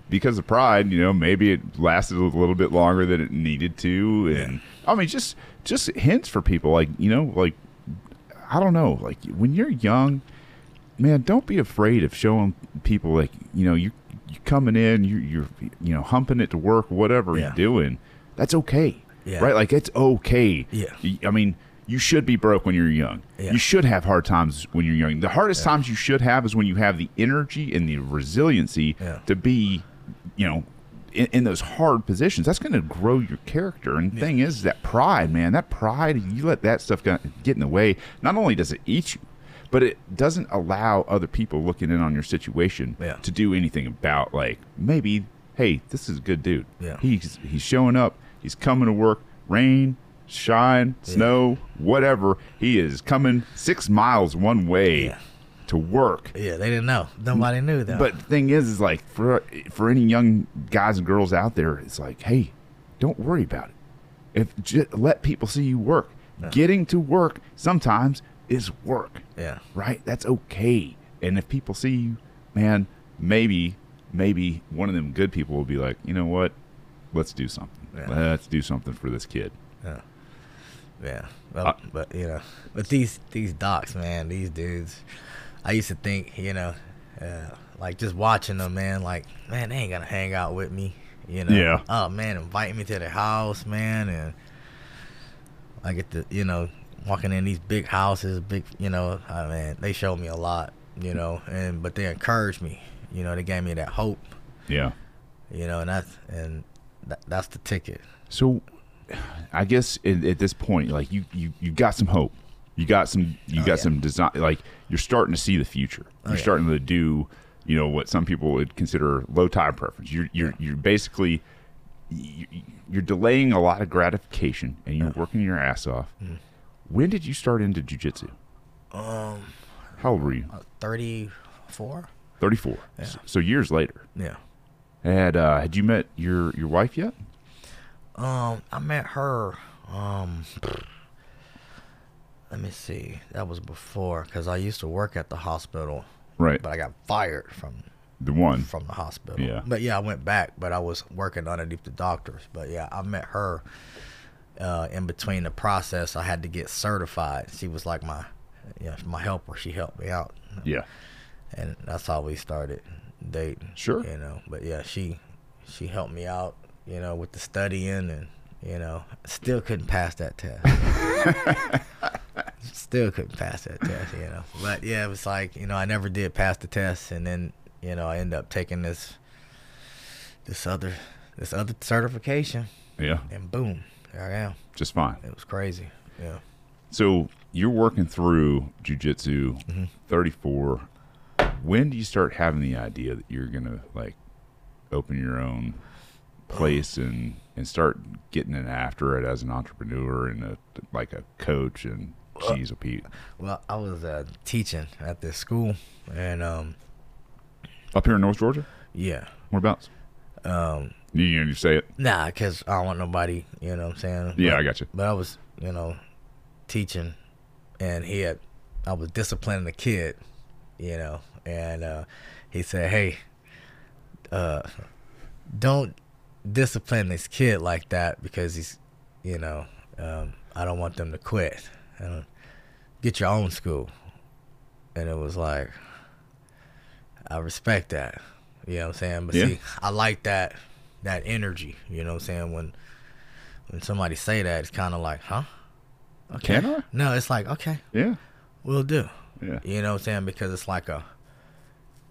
A: because of pride you know maybe it lasted a little bit longer than it needed to and i mean just just hints for people like you know like i don't know like when you're young man don't be afraid of showing people like you know you you coming in you you're you know humping it to work whatever
B: Yeah.
A: you're doing that's okay
B: Yeah.
A: right like it's okay
B: Yeah.
A: Y- I mean, you should be broke when you're young.
B: Yeah.
A: You should have hard times when you're young. The hardest times you should have is when you have the energy and the resiliency
B: Yeah.
A: to be, you know, in, in those hard positions. That's going to grow your character. And the thing is, that pride, man, that pride, you let that stuff go- get in the way. Not only does it eat you, but it doesn't allow other people looking in on your situation
B: Yeah.
A: to do anything about, like, maybe, hey, this is a good dude.
B: Yeah.
A: He's, he's showing up, he's coming to work, rain, shine, snow, whatever. He is coming six miles one way
B: Yeah.
A: to work.
B: Yeah, they didn't know. Nobody knew that.
A: But the thing is, is like for for any young guys and girls out there, it's like, hey, don't worry about it. If j- let people see you work, getting to work sometimes is work,
B: yeah,
A: right? That's okay. And if people see you, man, maybe maybe one of them good people will be like, you know what, let's do something.
B: Yeah.
A: Let's do something for this kid.
B: yeah, yeah. Well,
A: Uh,
B: but you know, but these these docs, man, these dudes. I used to think, you know, uh, like just watching them, man. Like, man, they ain't gonna hang out with me. You know.
A: Yeah.
B: Oh man, invite me to the house, man, and I get to, you know, walking in these big houses, big, you know, I mean, they showed me a lot, you know, and but they encouraged me, you know, they gave me that hope,
A: Yeah.
B: you know, and that's and that, that's the ticket.
A: So, I guess at, at this point, like you, you, you got some hope. You got some. You got
B: Oh, yeah. Oh,
A: some design. Like you're starting to see the future. you're
B: yeah.
A: starting to do, you know, what some people would consider low time preference. You're you're you're basically you- you're delaying a lot of gratification, and you're working your ass off.
B: Hmm.
A: When did you start into jujitsu?
B: Um, uh,
A: How old were you?
B: thirty four.
A: Thirty four. So, so years later.
B: Yeah.
A: Had uh, had you met your your wife yet?
B: Um, I met her. Um, let me see. That was before because I used to work at the hospital,
A: Right.
B: but I got fired from
A: The one.
B: from the hospital.
A: Yeah.
B: But yeah, I went back, but I was working underneath the doctors. But yeah, I met her uh, in between the process. I had to get certified. She was like my, yeah, my helper. She helped me out,
A: Yeah.
B: and that's how we started dating.
A: Sure.
B: You know, but yeah, she she helped me out. You know, with the studying and you know, still couldn't pass that test. still couldn't pass that test. You know, but yeah, it was like you know, I never did pass the test, and then you know, I ended up taking this this other this other certification,
A: Yeah.
B: and boom, there I am.
A: Just fine.
B: It was crazy. Yeah.
A: So you're working through jujitsu,
B: Mm-hmm.
A: 34. When do you start having the idea that you're gonna like open your own place and and start getting it after it as an entrepreneur and a, like a coach and
B: Uh,
A: geez, a Pete
B: Well, I was uh, teaching at this school, and um,
A: up here in North Georgia?
B: yeah,
A: Whereabouts?
B: um,
A: You, you you say it?
B: Nah, because I don't want nobody, you know what I'm saying?
A: Yeah,
B: But,
A: I got you.
B: but I was, you know, teaching and he had, I was disciplining the kid, you know, and uh, he said, hey, uh, don't discipline this kid like that because he's, you know, um, I don't want them to quit. I don't, get your own school. And it was like, I respect that. You know what I'm saying? But
A: Yeah.
B: see, I like that that energy. You know what I'm saying? When when somebody say that, it's kind of like, huh? uh,
A: Can I?
B: No, it's like, okay,
A: Yeah,
B: we'll do.
A: yeah,
B: You know what I'm saying? Because it's like a,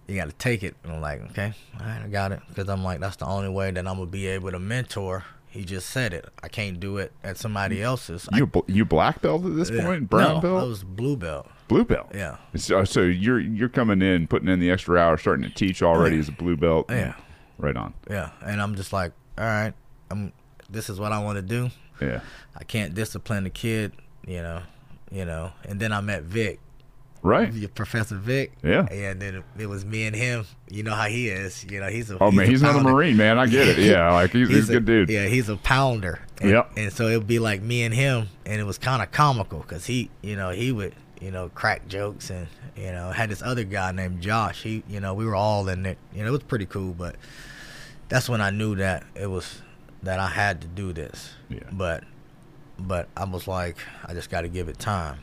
B: you got to take it. And I'm like, okay, all right, I got it. Because I'm like, that's the only way that I'm gonna be able to mentor. He just said it. I can't do it at somebody else's. I-
A: You bl- you black belt at this
B: yeah.
A: point, brown
B: no,
A: belt,
B: I was blue belt.
A: blue belt.
B: Yeah.
A: So, so you're you're coming in, putting in the extra hour, starting to teach already
B: Yeah.
A: as a blue belt.
B: Yeah.
A: Right on.
B: Yeah, and I'm just like, all right, I'm. This is what I want to do.
A: Yeah.
B: I can't discipline the kid, you know, you know. And then I met Vic,
A: Right.
B: your Professor Vic.
A: Yeah.
B: And then it was me and him. You know how he is. You know he's a.
A: Oh man, he's not a
B: pounder.
A: marine, man. I get it. Yeah, like he's, he's, a good dude.
B: Yeah, he's a pounder. And,
A: Yep.
B: And so it'd be like me and him, and it was kind of comical because he, you know, he would, you know, crack jokes and, you know, had this other guy named Josh. He, you know, we were all in it. You know, it was pretty cool, but that's when I knew that it was that I had to do this.
A: Yeah.
B: But, but I was like, I just got to give it time,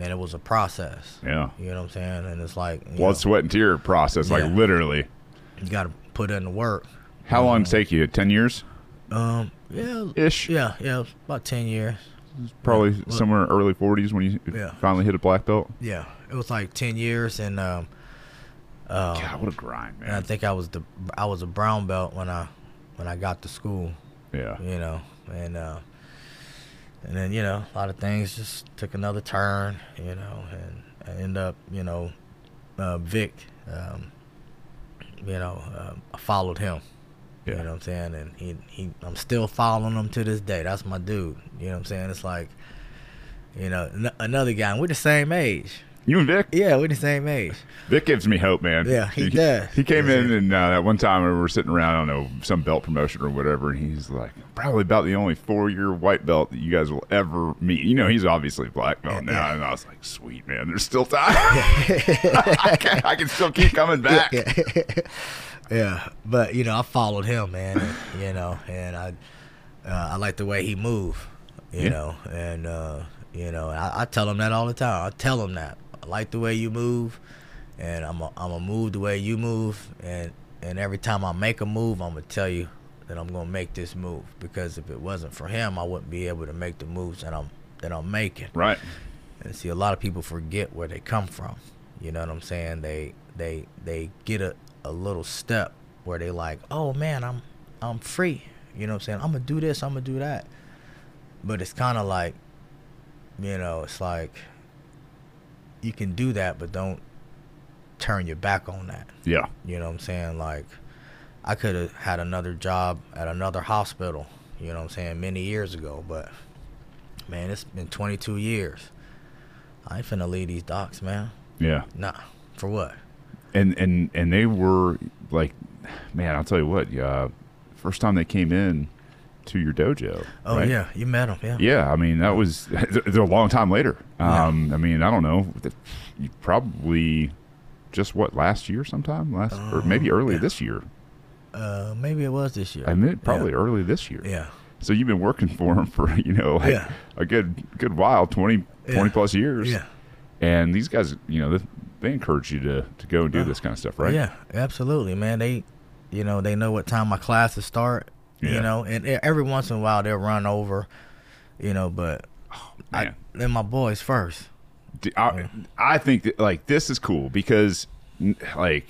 B: and it was a process.
A: Yeah.
B: You know what I'm saying? And it's like, you,
A: Blood,
B: know,
A: sweat, and tear process. Like
B: Yeah.
A: literally.
B: you got to put in the work.
A: How long did it take you? Ten years
B: Um. Yeah.
A: ish.
B: Mm-hmm. Yeah, yeah, it was about ten years.
A: Probably
B: Well-
A: somewhere early forties when you
B: Yeah.
A: finally hit a black belt.
B: Yeah, it was like ten years, and um, Oh.
A: God, what a grind,
B: and I
A: man.
B: think I was the I was a brown belt when I when I got to school,
A: Yeah.
B: you know, and uh, and then you know a lot of things just took another turn, you know, and I end up you know, uh, Vic, um, you know, uh, I followed him,
A: Yeah.
B: You know what I'm saying? And he, he I'm still following him to this day. That's my dude. You know what I'm saying? It's like, you know, n- another guy. And we're the same age.
A: You and Vic?
B: Yeah, we're the same age.
A: Vic gives me hope, man.
B: Yeah, he does.
A: He came in and uh, that one time we were sitting around, I don't know, some belt promotion or whatever, and he's like, probably about the only four year white belt that you guys will ever meet. You know, he's obviously black belt now,
B: yeah.
A: and I was like, sweet man, there's still time. I, can, I can still keep coming back.
B: Yeah. yeah. But you know, I followed him, man. and, you know, and I uh, I like the way he moved. You
A: Yeah.
B: know, and uh, you know, I, I tell him that all the time. I tell him that I like the way you move, and I'm a, I'm gonna move the way you move, and and every time I make a move, I'm gonna tell you that I'm gonna make this move because if it wasn't for him, I wouldn't be able to make the moves that I'm that I'm making.
A: Right.
B: And see, a lot of people forget where they come from. You know what I'm saying? They they they get a, a little step where they like, oh man, I'm I'm free. You know what I'm saying? I'm gonna do this. I'm gonna do that. But it's kind of like, you know, it's like you can do that, but don't turn your back on that.
A: Yeah.
B: You know what I'm saying? Like, I could have had another job at another hospital, you know what I'm saying, many years ago, but man, it's been 22 years. I ain't finna leave these docs, man.
A: Yeah.
B: Nah, for what?
A: and and and they were like, man, I'll tell you what. Uh, first time they came in to your dojo.
B: Oh,
A: right?
B: yeah, you met him, yeah.
A: Yeah, I mean that was it's a long time later.
B: Yeah.
A: Um, I mean I don't know, you probably just what last year sometime last
B: Uh-huh.
A: or maybe early this year.
B: Uh, maybe it was this year.
A: I mean probably early this year.
B: Yeah. yeah.
A: So you've been working for him for you know like
B: Yeah.
A: a good good while 20, 20
B: Yeah.
A: plus years.
B: Yeah,
A: And these guys, you know, they, they encourage you to to go and do this kind of stuff, right?
B: yeah, absolutely, man. They, you know, they know what time my classes start.
A: Yeah.
B: You know, and e- every once in a while they'll run over, you know, but
A: Oh,
B: I,
A: Man.
B: then my boys first.
A: D- I, I think that like this is cool because n- like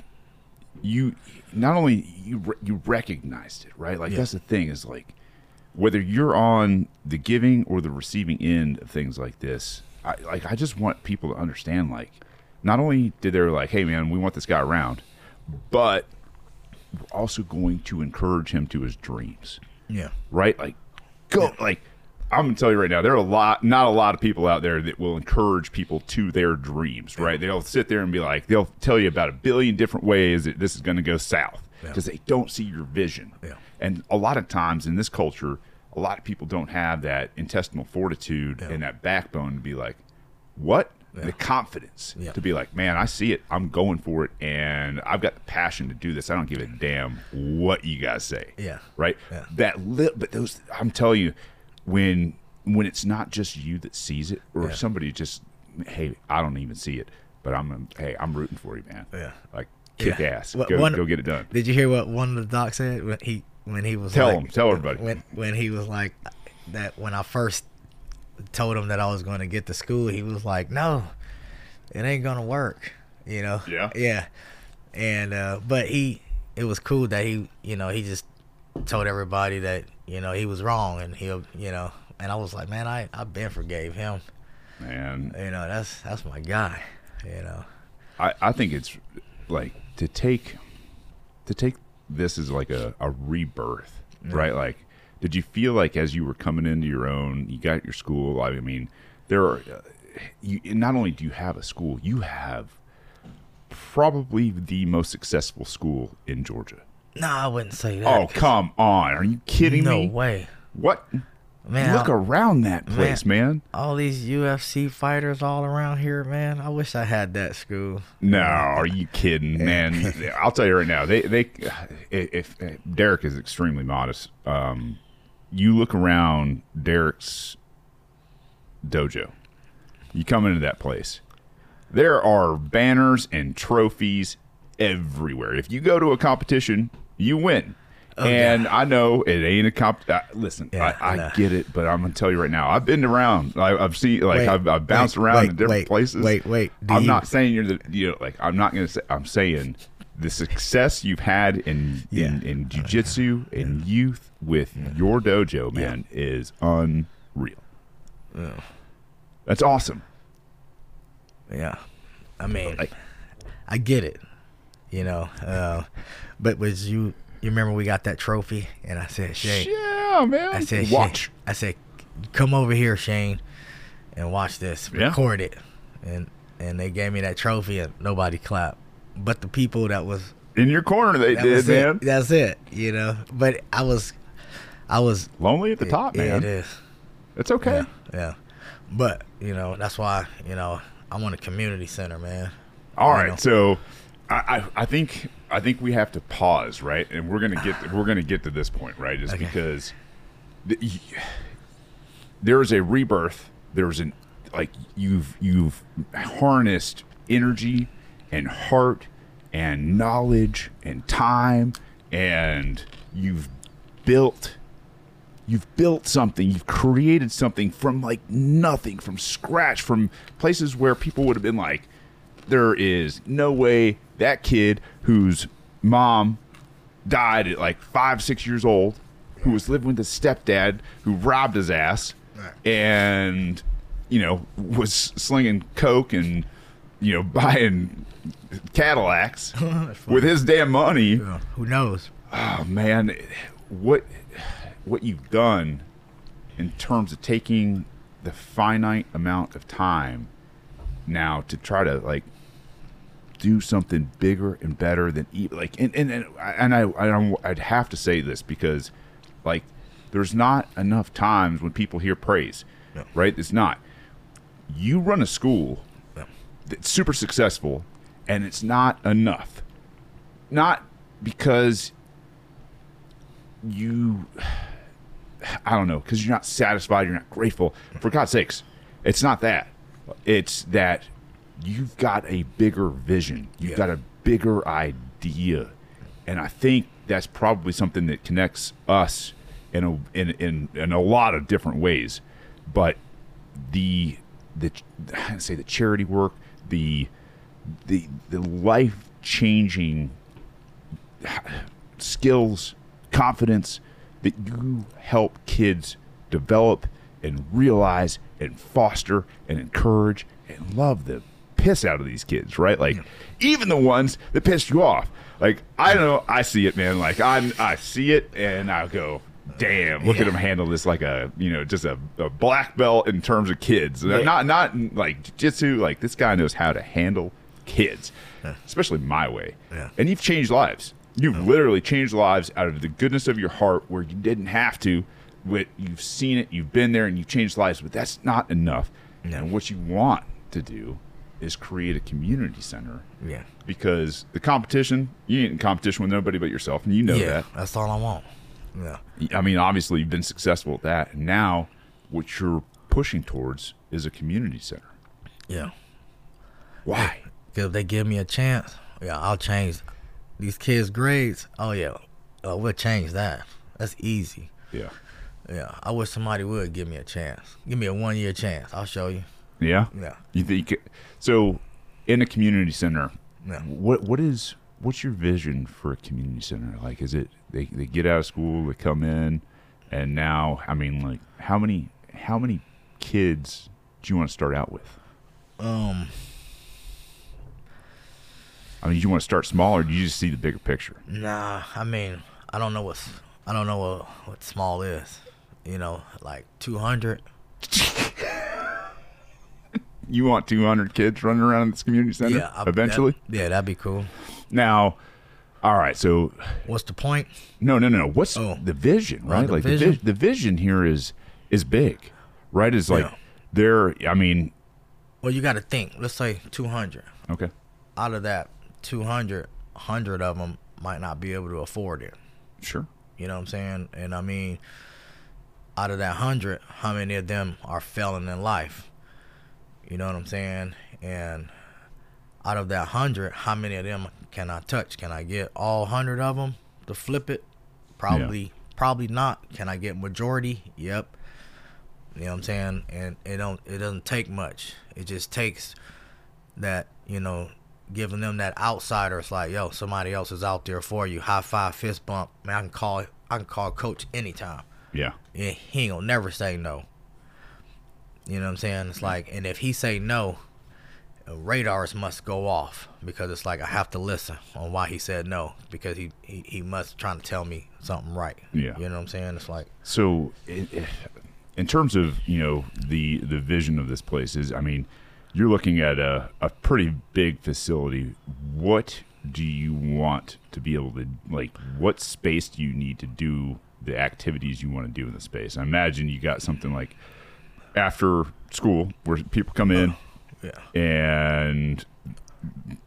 A: you not only you re- you recognized it right like
B: Yeah.
A: that's the thing is like whether you're on the giving or the receiving end of things like this I, like I just want people to understand like not only did they were like hey man we want this guy around but we're also going to encourage him to his dreams
B: Yeah.
A: right? Like, go, like, I'm gonna tell you right now, there are a lot, not a lot of people out there that will encourage people to their dreams, right? They'll sit there and be like, they'll tell you about a billion different ways that this is gonna go south
B: Yeah.
A: because they don't see your vision.
B: Yeah.
A: And a lot of times in this culture, a lot of people don't have that intestinal fortitude and that backbone to be like, what? The confidence
B: Yeah.
A: to be like, man, I see it. I'm going for it, and I've got the passion to do this. I don't give a damn what you guys say
B: Yeah.
A: right?
B: Yeah.
A: That li- but those I'm telling you, when when it's not just you that sees it, or
B: Yeah.
A: somebody just hey, I don't even see it, but I'm hey, I'm rooting for you, man.
B: Yeah.
A: like kick
B: Yeah.
A: ass,
B: What-
A: go
B: one-
A: go get it done.
B: Did you hear what one of the docs said when he when he was
A: Tell
B: like,
A: him, tell everybody.
B: when when he was like that when I first told him that I was going to get to school he was like no it ain't gonna work you know
A: Yeah.
B: yeah and uh but he it was cool that he you know he just told everybody that you know he was wrong and he'll you know and I was like man I I been forgave him
A: And
B: you know that's that's my guy you know
A: I, I think it's like to take to take this as like a, a rebirth, right? Like, did you feel like as you were coming into your own, you got your school? I mean, there are uh, you. Not only do you have a school, you have probably the most successful school in Georgia.
B: no I wouldn't say that
A: Oh come on! Are you kidding
B: no
A: me?
B: way
A: What?
B: man
A: Look
B: I-
A: around that place, man.
B: all these UFC fighters all around here, man. I wish I had that school.
A: No, are you kidding, man? I'll tell you right now. They they if, if Derek is extremely modest, um, you look around Derek's dojo. You come into that place. There are banners and trophies everywhere. If you go to a competition, you win. and I know it ain't a comp. I, listen,
B: Oh, Yeah,
A: I, I
B: nah.
A: get it, but I'm gonna tell you right now. I've been around. I, I've seen like
B: Wait,
A: I've, I've bounced
B: wait,
A: around
B: wait,
A: in different
B: wait,
A: places.
B: wait, wait. Do
A: I'm
B: you-
A: not saying you're the you know like I'm not gonna say I'm saying the success you've had in
B: Yeah.
A: in, in jujitsu and youth with your dojo man is unreal. That's awesome.
B: Yeah, I mean,
A: Like-
B: I get it, you know. Uh, but was you You remember we got that trophy, and I said, Shane,
A: Yeah, man.
B: I said,
A: watch.
B: Shane, I said, come over here, Shane, and watch this.
A: Yeah.
B: Record it. And and they gave me that trophy, and nobody clapped, but the people that was
A: In your corner, they
B: that
A: did,
B: was it.
A: man.
B: That's it. You know, but I was, I was
A: Lonely at the top,
B: Yeah,
A: man.
B: It is.
A: It's okay.
B: Yeah, yeah. But you know, that's why you know I want a community center, man.
A: All
B: You
A: right,
B: know?
A: so I, I, I think I think we have to pause, right? And we're gonna get we're gonna get to this point, right? Is
B: Okay.
A: because the, y- there is a rebirth. There's an like you've you've harnessed energy and heart and knowledge and time, and you've built you've built something you've created something from like nothing from scratch from places where people would have been like there is no way that kid whose mom died at like five six years old who was living with his stepdad who robbed his ass
B: Right.
A: and you know was slinging coke and you know buying cadillacs with his damn money
B: You know, who knows?
A: Oh man, what what you've done in terms of taking the finite amount of time now to try to like do something bigger and better than e- like and and and I, and I, I don't- I'd have to say this because like there's not enough times when people hear praise,
B: No.
A: right? It's not. You run a school
B: Yeah.
A: that's super successful, and it's not enough. Not because you I don't know, because you're not satisfied, you're not grateful. For God's sakes, it's not that. It's that you've got a bigger vision, you've
B: Yeah.
A: got a bigger idea, and I think that's probably something that connects us in a in in, in a lot of different ways. But the the I say the charity work, the the the life changing skills, confidence that you help kids develop and realize and foster and encourage and love the piss out of these kids, right? Like even the ones that pissed you off. Like I don't know, I see it, man. Like I I see it and I go, damn, look at
B: Yeah.
A: him handle this like a you know just a, a black belt in terms of kids. Not not like jujitsu. Like this guy knows how to handle kids, especially my way.
B: Yeah.
A: And you've changed lives. You've literally changed lives out of the goodness of your heart, where you didn't have to. But you've seen it, you've been there, and you've changed lives. But that's not enough.
B: No.
A: And what you want to do is create a community center
B: Yeah,
A: because the competition you ain't in competition with nobody but yourself, and you know
B: yeah.
A: that.
B: That's all I want. Yeah,
A: I mean, obviously, you've been successful at that. And now, what you're pushing towards is a community center.
B: yeah.
A: Why?
B: Cause if they give me a chance, yeah, I'll change these kids' grades. Oh yeah, uh, we'll change that. That's easy.
A: Yeah.
B: Yeah, I wish somebody would give me a chance. Give me a one year chance. I'll show you.
A: Yeah.
B: Yeah.
A: You think so? In a community center,
B: Yeah.
A: what what is what's your vision for a community center? Like, is it they they get out of school, they come in, and now I mean, like, how many how many kids do you want to start out with?
B: Um.
A: I mean, do you want to start small, or do you just see the bigger picture?
B: Nah. I mean, I don't know what's. I don't know what, what small is. You know, like two hundred.
A: You want 200 kids running around in this community center
B: Yeah. I- that-
A: eventually?
B: yeah, that'd be cool.
A: Now, all right. So,
B: What's the point?
A: no, no, no. no. What's
B: Oh.
A: the vision, right?
B: the
A: like the
B: vision?
A: vi- the vision here is is big, right? Is like
B: Yeah.
A: there. I mean,
B: Well, you got to think. Let's say two hundred.
A: okay,
B: Out of that 200, 100 of them might not be able to afford it.
A: sure,
B: You know what I'm saying? And I mean, out of that hundred, how many of them are failing in life? You know what I'm saying? And out of that hundred, how many of them can I touch? Can I get all hundred of them to flip it? Probably, probably not. Can I get majority? Yep. You know what I'm saying? And it don't, it doesn't take much. It just takes that you know giving them that outsider it's like yo somebody else is out there for you high five fist bump man i can call i can call coach anytime
A: yeah,
B: and he ain't gonna never say no you know what i'm saying it's like and if he say no radars must go off because it's like I have to listen on why he said no because he he, he must trying to tell me something right.
A: Yeah.
B: you know what I'm saying. It's like
A: So, in, in terms of you know the the vision of this place is, I mean, you're looking at a a pretty big facility. What do you want to be able to like? What space do you need to do the activities you want to do in the space? I imagine you got something like after school where people come in
B: yeah,
A: and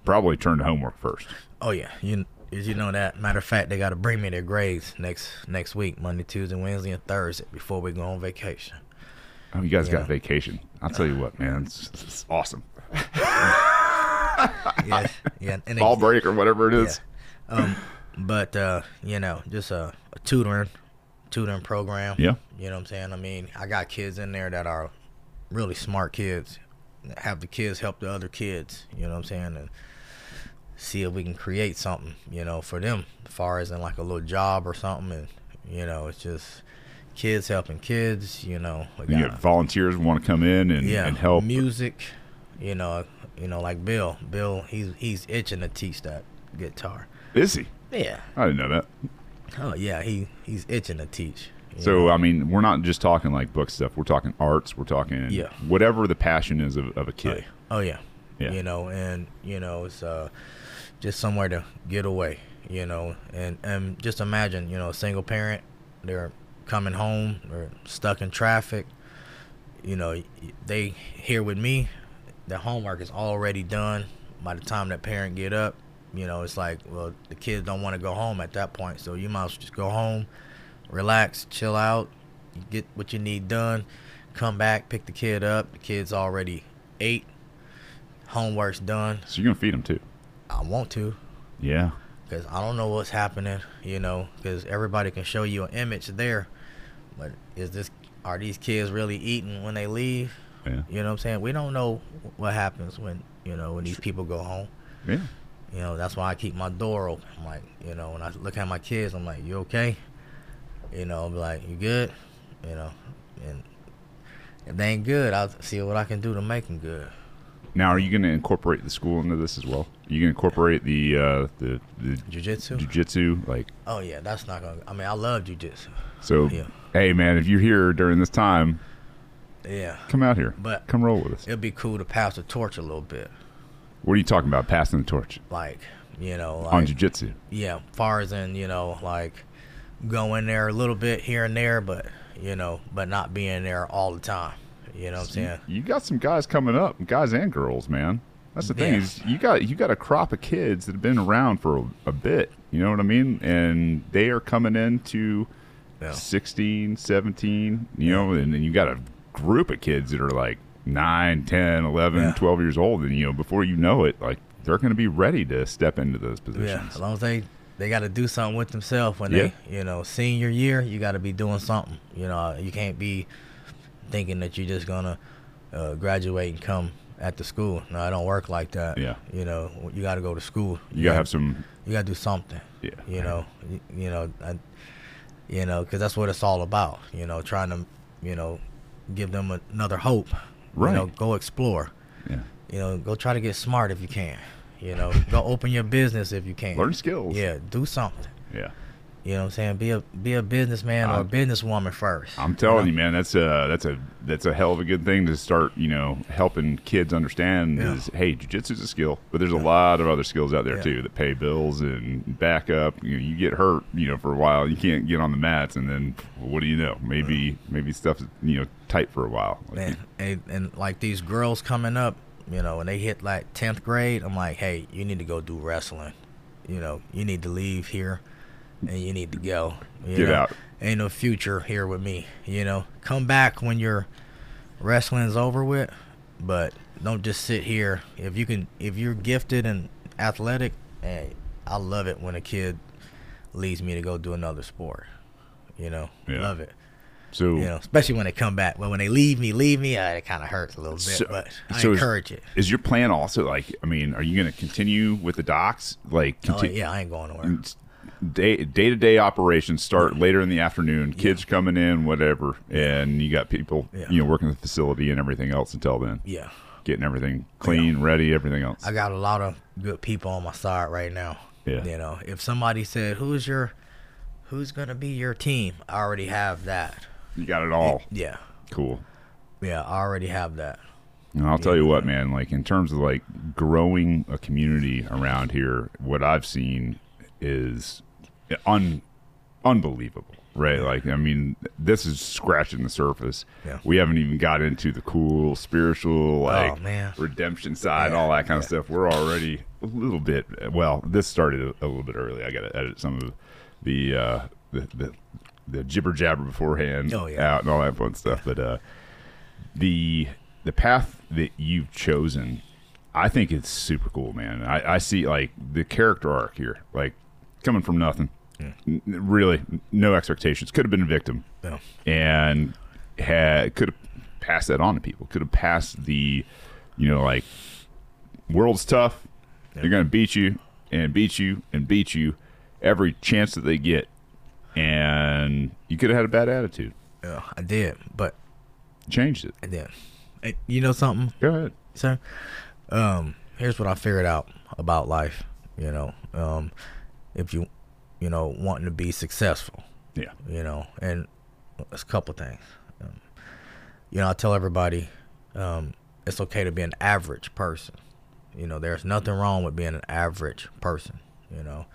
A: probably turn to homework first.
B: oh yeah, you as you know that. Matter of fact, they got to bring me their grades next next week, Monday, Tuesday, Wednesday, and Thursday before we go on vacation.
A: Oh, you guys
B: Yeah.
A: got vacation. I'll tell you what, man, it's, it's awesome.
B: Yeah, yeah, and they-
A: Ball break or whatever it
B: Yeah.
A: is.
B: Um, but uh, you know, just a, a tutoring, tutoring program.
A: Yeah.
B: You know what I'm saying? I mean, I got kids in there that are really smart kids. Have the kids help the other kids. You know what I'm saying? And see if we can create something. You know, for them, as far as in like a little job or something. And you know, it's just kids helping kids. You know, we
A: You
B: got
A: get volunteers who want to come in and,
B: yeah
A: and help.
B: music. You know, you know, like Bill. Bill, he's he's itching to teach that guitar.
A: Is he?
B: Yeah.
A: I didn't know that.
B: Oh yeah, he he's itching to teach. you know?
A: So I mean, we're not just talking like book stuff. We're talking arts. We're talking
B: Yeah.
A: whatever the passion is of, of a kid.
B: oh yeah,
A: Yeah.
B: you know, and you know, it's uh, just somewhere to get away, you know, and and just imagine, you know, a single parent, they're coming home, they're stuck in traffic, you know, they here with me, their homework is already done by the time that parent get up. You know, it's like, well, the kids don't want to go home at that point, so you might as well just go home, relax, chill out, get what you need done, come back, pick the kid up. The kid's already ate, homework's done.
A: So you're gonna feed them too.
B: I want to,
A: Yeah.
B: because I don't know what's happening. You know, because everybody can show you an image there, but is this are these kids really eating when they leave?
A: Yeah.
B: You know what I'm saying? We don't know what happens when you know when these people go home.
A: Yeah.
B: You know, that's why I keep my door open. I'm like, you know, when I look at my kids, I'm like, you okay? You know, I'm like, you good? You know, and if they ain't good, I'll see what I can do to make them good.
A: Now, are you gonna incorporate the school into this as well? Are you gonna incorporate the uh, the the
B: Jiu-jitsu?
A: jujitsu like?
B: Oh yeah, that's not gonna. I mean, I love jujitsu.
A: So,
B: Yeah.
A: hey man, if you're here during this time,
B: Yeah,
A: come out here.
B: But-
A: come roll with us.
B: it'd be cool to pass the torch a little bit,
A: What are you talking about? Passing the torch
B: like you know,
A: on
B: like
A: jujitsu.
B: yeah, far as in you know, like go in there a little bit here and there, but you know, but not being there all the time. You know what I'm saying?
A: You got some guys coming up, guys and girls, man. That's the thing
B: Yeah.
A: is you got you got a crop of kids that have been around for a, a bit. You know what I mean? And they are coming into
B: Yeah.
A: 16, 17, you know, and then you got a group of kids that are like 9, 10, 11,
B: Yeah.
A: 12 years old and you know before you know it like they're going to be ready to step into those
B: Yeah,
A: positions.
B: as long as they they got to do something with themselves when they, you know, senior year, you got to be doing something. You know, you can't be thinking that you're just gonna uh, graduate and come at the school. No, it don't work like that.
A: Yeah.
B: you know, you got to go to school.
A: You got to have some
B: you got to do something.
A: Yeah.
B: you know, you, you know, I, you know, because that's what it's all about. You know, trying to, you know, give them another hope.
A: Right.
B: You know, go explore.
A: yeah.
B: You know, go try to get smart if you can. You know, go open your business if you can.
A: Learn skills.
B: Yeah, do something.
A: Yeah.
B: You know what I'm saying? Be a be a businessman or a
A: I'm-
B: businesswoman first.
A: I'm telling you, man, that's a that's a that's a hell of a good thing to start. You know, helping kids understand
B: Yeah.
A: is hey, jujitsu is a skill, but there's a lot of other skills out there
B: Yeah.
A: too that pay bills and back up. You know, you get hurt, you know, for a while, you can't get on the mats, and then what do you know? Maybe maybe stuff's you know tight for a while. Like,
B: and, and and like these girls coming up, you know, when they hit like tenth grade, I'm like, hey, you need to go do wrestling. You know, you need to leave here, and you need to go. You
A: Get
B: know?
A: out.
B: Ain't no future here with me. You know, come back when your wrestling's over with, but don't just sit here. If you can, if you're gifted and athletic, hey, I love it when a kid leads me to go do another sport. You know,
A: Yeah.
B: love it
A: so
B: you know, especially when they come back. Well, when they leave me, leave me, uh, it kind of hurts a little bit,
A: So-
B: but I
A: so is-
B: encourage it.
A: is your plan also like? I mean, are you going to continue with the docs? Like,
B: Oh,
A: continue,
B: yeah, I ain't going nowhere.
A: day day to day operations start later in the afternoon. Kids coming in, whatever, and you got people
B: Yeah.
A: you know working the facility and everything else until then.
B: Yeah,
A: getting everything clean, ready, everything else.
B: I got a lot of good people on my side right now.
A: Yeah.
B: You know, if somebody said, "Who's your, who's gonna be your team?" I already have that.
A: You got it all.
B: Yeah,
A: Cool.
B: yeah, I already have that.
A: And I'll tell you what, man, like in terms of like growing a community around here, what I've seen is un unbelievable, right? Like I mean, this is scratching the surface.
B: Yeah. Oh,
A: We haven't even got into the cool spiritual like
B: man.
A: redemption side,
B: Yeah,
A: all that kind of stuff. We're already a little bit well, this started a, a little bit early. I got to edit some of the uh the, the the jibber jabber beforehand
B: Oh, yeah.
A: out and all that fun stuff, but uh the the path that you've chosen, I think it's super cool, man. I, I see like the character arc here, like coming from nothing, N- really no expectations. Could have been a victim,
B: Yeah.
A: and had could have passed that on to people. Could have passed the, you know, like world's tough. They're gonna beat you and beat you and beat you every chance that they get, and you could have had a bad attitude.
B: yeah, I did, but
A: Changed it.
B: I did. And you know something,
A: Go ahead.
B: sir? Um, here's what I figured out about life. You know, um, if you, you know, wanting to be successful,
A: Yeah.
B: you know, and it's a couple things. Um, you know, I tell everybody um, it's okay to be an average person. You know, there's nothing wrong with being an average person, you know,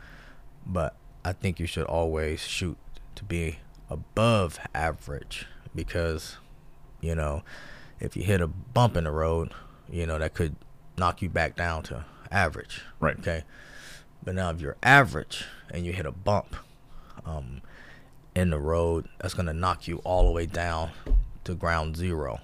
B: but I think you should always shoot to be above average because, you know, if you hit a bump in the road, you know, that could knock you back down to average.
A: Right.
B: Okay. But now if you're average and you hit a bump, um, in the road that's going to knock you all the way down to ground zero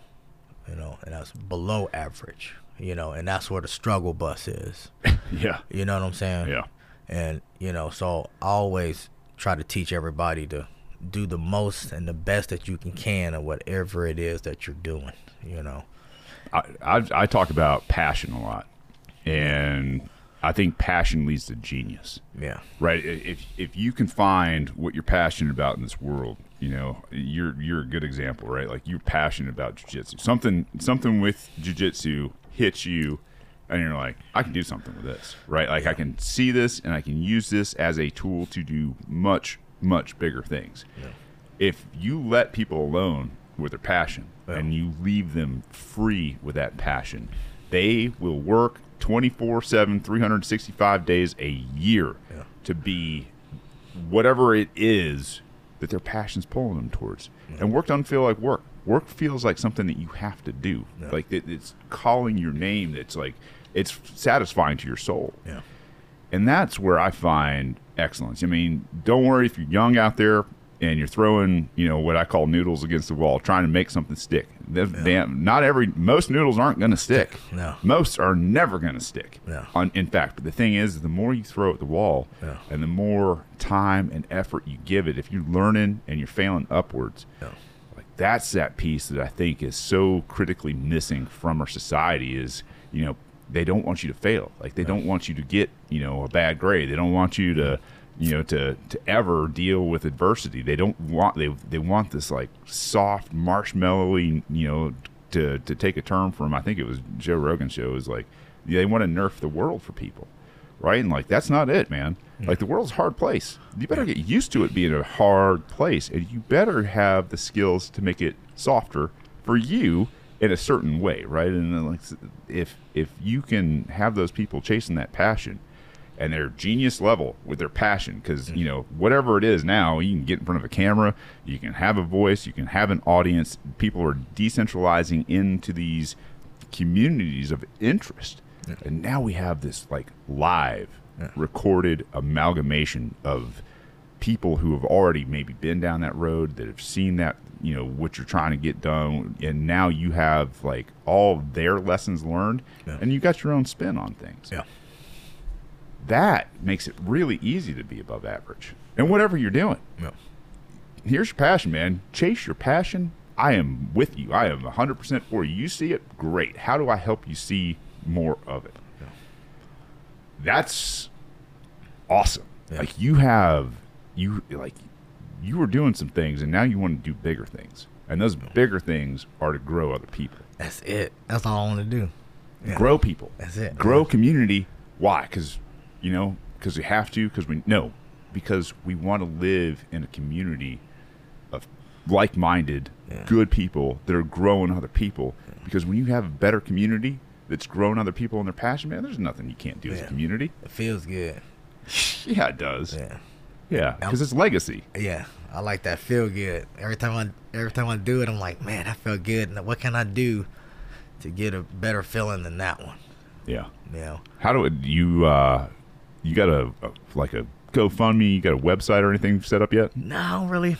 B: you know and that's below average you know and that's where the struggle bus is
A: Yeah.
B: you know what i'm saying
A: Yeah.
B: and you know so i always try to teach everybody to do the most and the best that you can can of whatever it is that you're doing you know
A: I, I, I talk about passion a lot, and I think passion leads to genius,
B: yeah
A: right? I- If if you can find what you're passionate about in this world, you know, you're you're a good example, right? Like you're passionate about jujitsu. Something something with jujitsu hits you, and you're like, I can do something with this, right? Like I can see this, and I can use this as a tool to do much much bigger things if you let people alone with their passion and you leave them free with that passion, they will work 24 7, 365 days a year to be whatever it is that their passion's pulling them towards. And work doesn't feel like work. Work feels like something that you have to do. Like it, it's calling your name that's like, it's satisfying to your soul.
B: yeah
A: And that's where I find excellence. I mean, don't worry if you're young out there and you're throwing, you know, what I call noodles against the wall, trying to make something stick. That's Damn, not every, most noodles aren't going to stick.
B: No.
A: Most are never going to stick.
B: No.
A: On, in fact, the thing is, the more you throw at the wall
B: Yeah.
A: and the more time and effort you give it, if you're learning and you're failing upwards,
B: yeah
A: like that's that piece that I think is so critically missing from our society is you know they don't want you to fail like they don't want you to get you know a bad grade they don't want you to you know to to ever deal with adversity they don't want they they want this like soft marshmallowy you know to to take a term from I think it was Joe Rogan's show is like they want to nerf the world for people right? And like that's not it, man. Like the world's a hard place. You better get used to it being a hard place, and you better have the skills to make it softer for you in a certain way, right? And then like s- if if you can have those people chasing that passion and their genius level with their passion because you know whatever it is now you can get in front of a camera you can have a voice you can have an audience people are decentralizing into these communities of interest and now we have this like live recorded amalgamation of people who have already maybe been down that road that have seen that you know what you're trying to get done and now you have like all their lessons learned
B: Yeah.
A: and you got your own spin on things
B: yeah
A: that makes it really easy to be above average. And whatever you're doing,
B: yeah
A: here's your passion, man. Chase your passion. I am with you. I am 100% for you. You see it? Great. How do I help you see more of it? That's awesome.
B: Yeah.
A: Like you have you like you were doing some things and now you want to do bigger things. And those bigger things are to grow other people.
B: that's it that's all i want to do Yeah.
A: Grow people.
B: That's it.
A: Grow community. Why? Because you know, because we have to. Because we no, because we want to live in a community of like-minded,
B: Yeah.
A: good people that are growing other people. Because when you have a better community that's growing other people in their passion, man, there's nothing you can't do as a
B: Yeah.
A: community.
B: It feels good.
A: Yeah, it does.
B: Yeah.
A: Yeah, because it's legacy.
B: Yeah, I like that. Feel good every time I every time I do it. I'm like, man, I feel good. And what can I do to get a better feeling than that one?
A: Yeah.
B: You know,
A: How do it- you? uh You got a, a like a GoFundMe? You got a website or anything set up yet?
B: no, I don't really,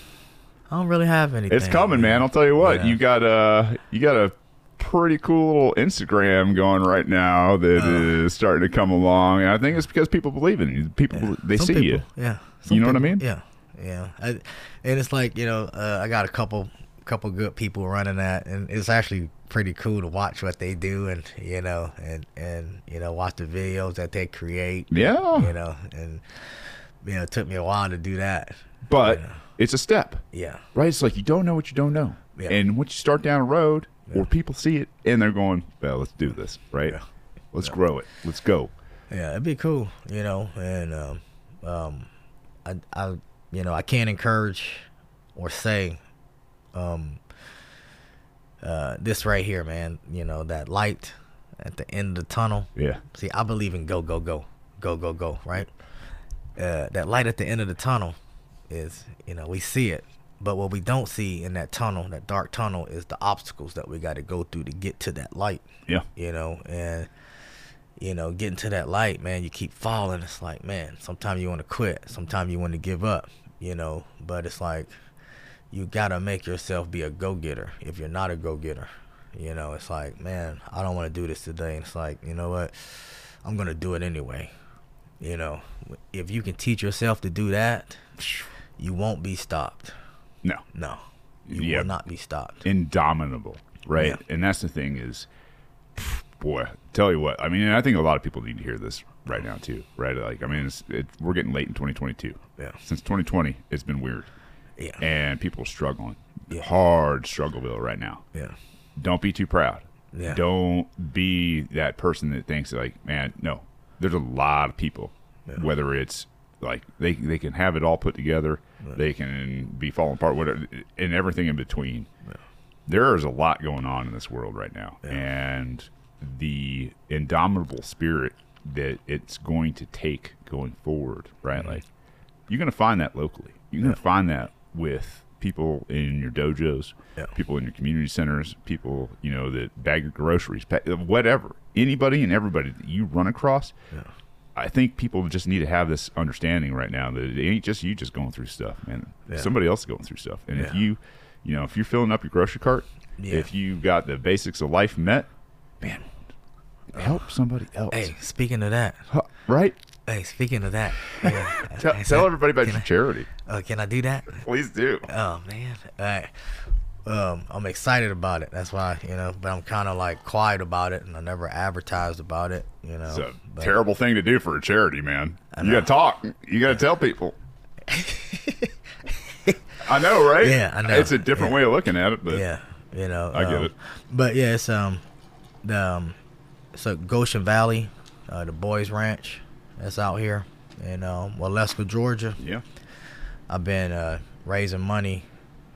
B: I don't really have anything.
A: It's coming, man. I'll tell you what.
B: Yeah.
A: You got a you got a pretty cool little Instagram going right now that is
B: Oh.
A: starting to come along, and I think it's because people believe in you. People they
B: Some
A: see
B: people,
A: you.
B: Yeah,
A: You know what I mean?
B: Yeah, yeah. I, and it's like you know, uh, I got a couple couple good people running that, and it's actually pretty cool to watch what they do, and you know, and and you know, watch the videos that they create.
A: Yeah,
B: You know, and you know, it took me a while to do that.
A: but it's a step,
B: Yeah.
A: right? It's like you don't know what you don't know,
B: Yeah.
A: and once you start down a road where people see it and they're going, "Well, let's do this," right?
B: Yeah.
A: Let's grow it. Let's go.
B: Yeah, it'd be cool, you know, and um, um, I, I, you know, I can't encourage or say, um, uh, this right here, man. You know, that light at the end of the tunnel.
A: Yeah,
B: See, I believe in go, go, go, go, go, go. Right. Uh, that light at the end of the tunnel is, you know, we see it, but what we don't see in that tunnel, that dark tunnel, is the obstacles that we got to go through to get to that light
A: yeah,
B: you know, and you know, getting to that light, man, you keep falling. It's like, man, sometimes you want to quit, sometimes you want to give up, you know, but it's like you gotta make yourself be a go getter. If you're not a go getter, you know, it's like, man, I don't want to do this today. And it's like, you know what, I'm gonna do it anyway. You know, if you can teach yourself to do that, you won't be stopped.
A: no,
B: No, you
A: Yeah.
B: will not be stopped.
A: indomitable, right?
B: Yeah.
A: And that's the thing is, pff, boy, tell you what, I mean, and I think a lot of people need to hear this right now too, right? Like, I mean, it's, it, we're getting late in 2022.
B: Yeah.
A: Since 2020, it's been weird,
B: Yeah,
A: and people are struggling,
B: Yeah.
A: hard struggleville right now.
B: yeah,
A: Don't be too proud.
B: Yeah.
A: Don't be that person that thinks like, man, no. There's a lot of people, whether it's like they they can have it all put together, they can be falling apart, whatever, and everything in between there is a lot going on in this world right now, and the indomitable spirit that it's going to take going forward, right? Like you're going to find that locally. You're going to find that with people in your dojos,
B: Yeah.
A: people in your community centers, people you know that bag your groceries, pa- whatever. Anybody and everybody that you run across. I think people just need to have this understanding right now that it ain't just you just going through stuff, man.
B: Yeah.
A: Somebody else is going through stuff, and if
B: Yeah.
A: you you know, if you're filling up your grocery cart,
B: Yeah.
A: if you got the basics of life met, man, help somebody else.
B: Hey, speaking of that,
A: Huh, right?
B: Hey, speaking of that, yeah,
A: Tell,
B: I- I
A: tell
B: said-
A: everybody about
B: can
A: your
B: I,
A: charity.
B: uh, can I do that?
A: Please do.
B: Oh man, all right. Um, I'm excited about it. That's why you know, but I'm kind of like quiet about it, and I never advertised about it. You know,
A: It's a
B: but-
A: terrible thing to do for a charity, man. You got to talk. You got to tell people. I know, right?
B: Yeah, I know.
A: It's a different
B: Yeah.
A: way of looking at it, but
B: yeah, you know.
A: I get
B: um,
A: it.
B: But yeah, it's um, the um, so Goshen Valley, uh, the Boys Ranch, that's out here in um, Waleska, Georgia.
A: yeah,
B: I've been uh, raising money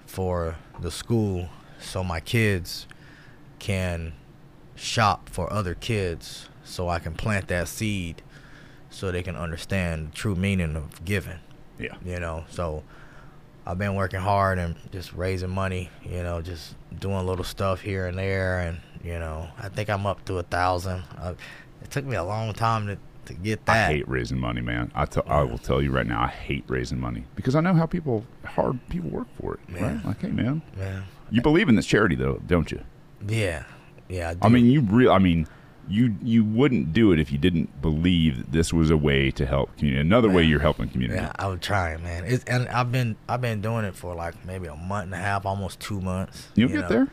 B: for the school so my kids can shop for other kids so I can plant that seed so they can understand the true meaning of giving,
A: yeah.
B: you know. So I've been working hard and just raising money, you know, just doing little stuff here and there. And, you know, I think I'm up to a thousand. I, it took me a long time to, to get
A: I
B: that.
A: hate raising money, man. I tell- I will tell you right now, I hate raising money because I know how people hard people work for it.
B: Yeah.
A: Right? Like, hey, man,
B: man.
A: You believe in this charity, though, don't you?
B: Yeah. Yeah. do.
A: I mean, you real. I mean, you you wouldn't do it if you didn't believe that this was a way to help community. Another way you're helping community.
B: Yeah, I was trying, man. It's and I've been I've been doing it for like maybe a month and a half, almost two months.
A: You'll
B: you
A: get
B: know?
A: there.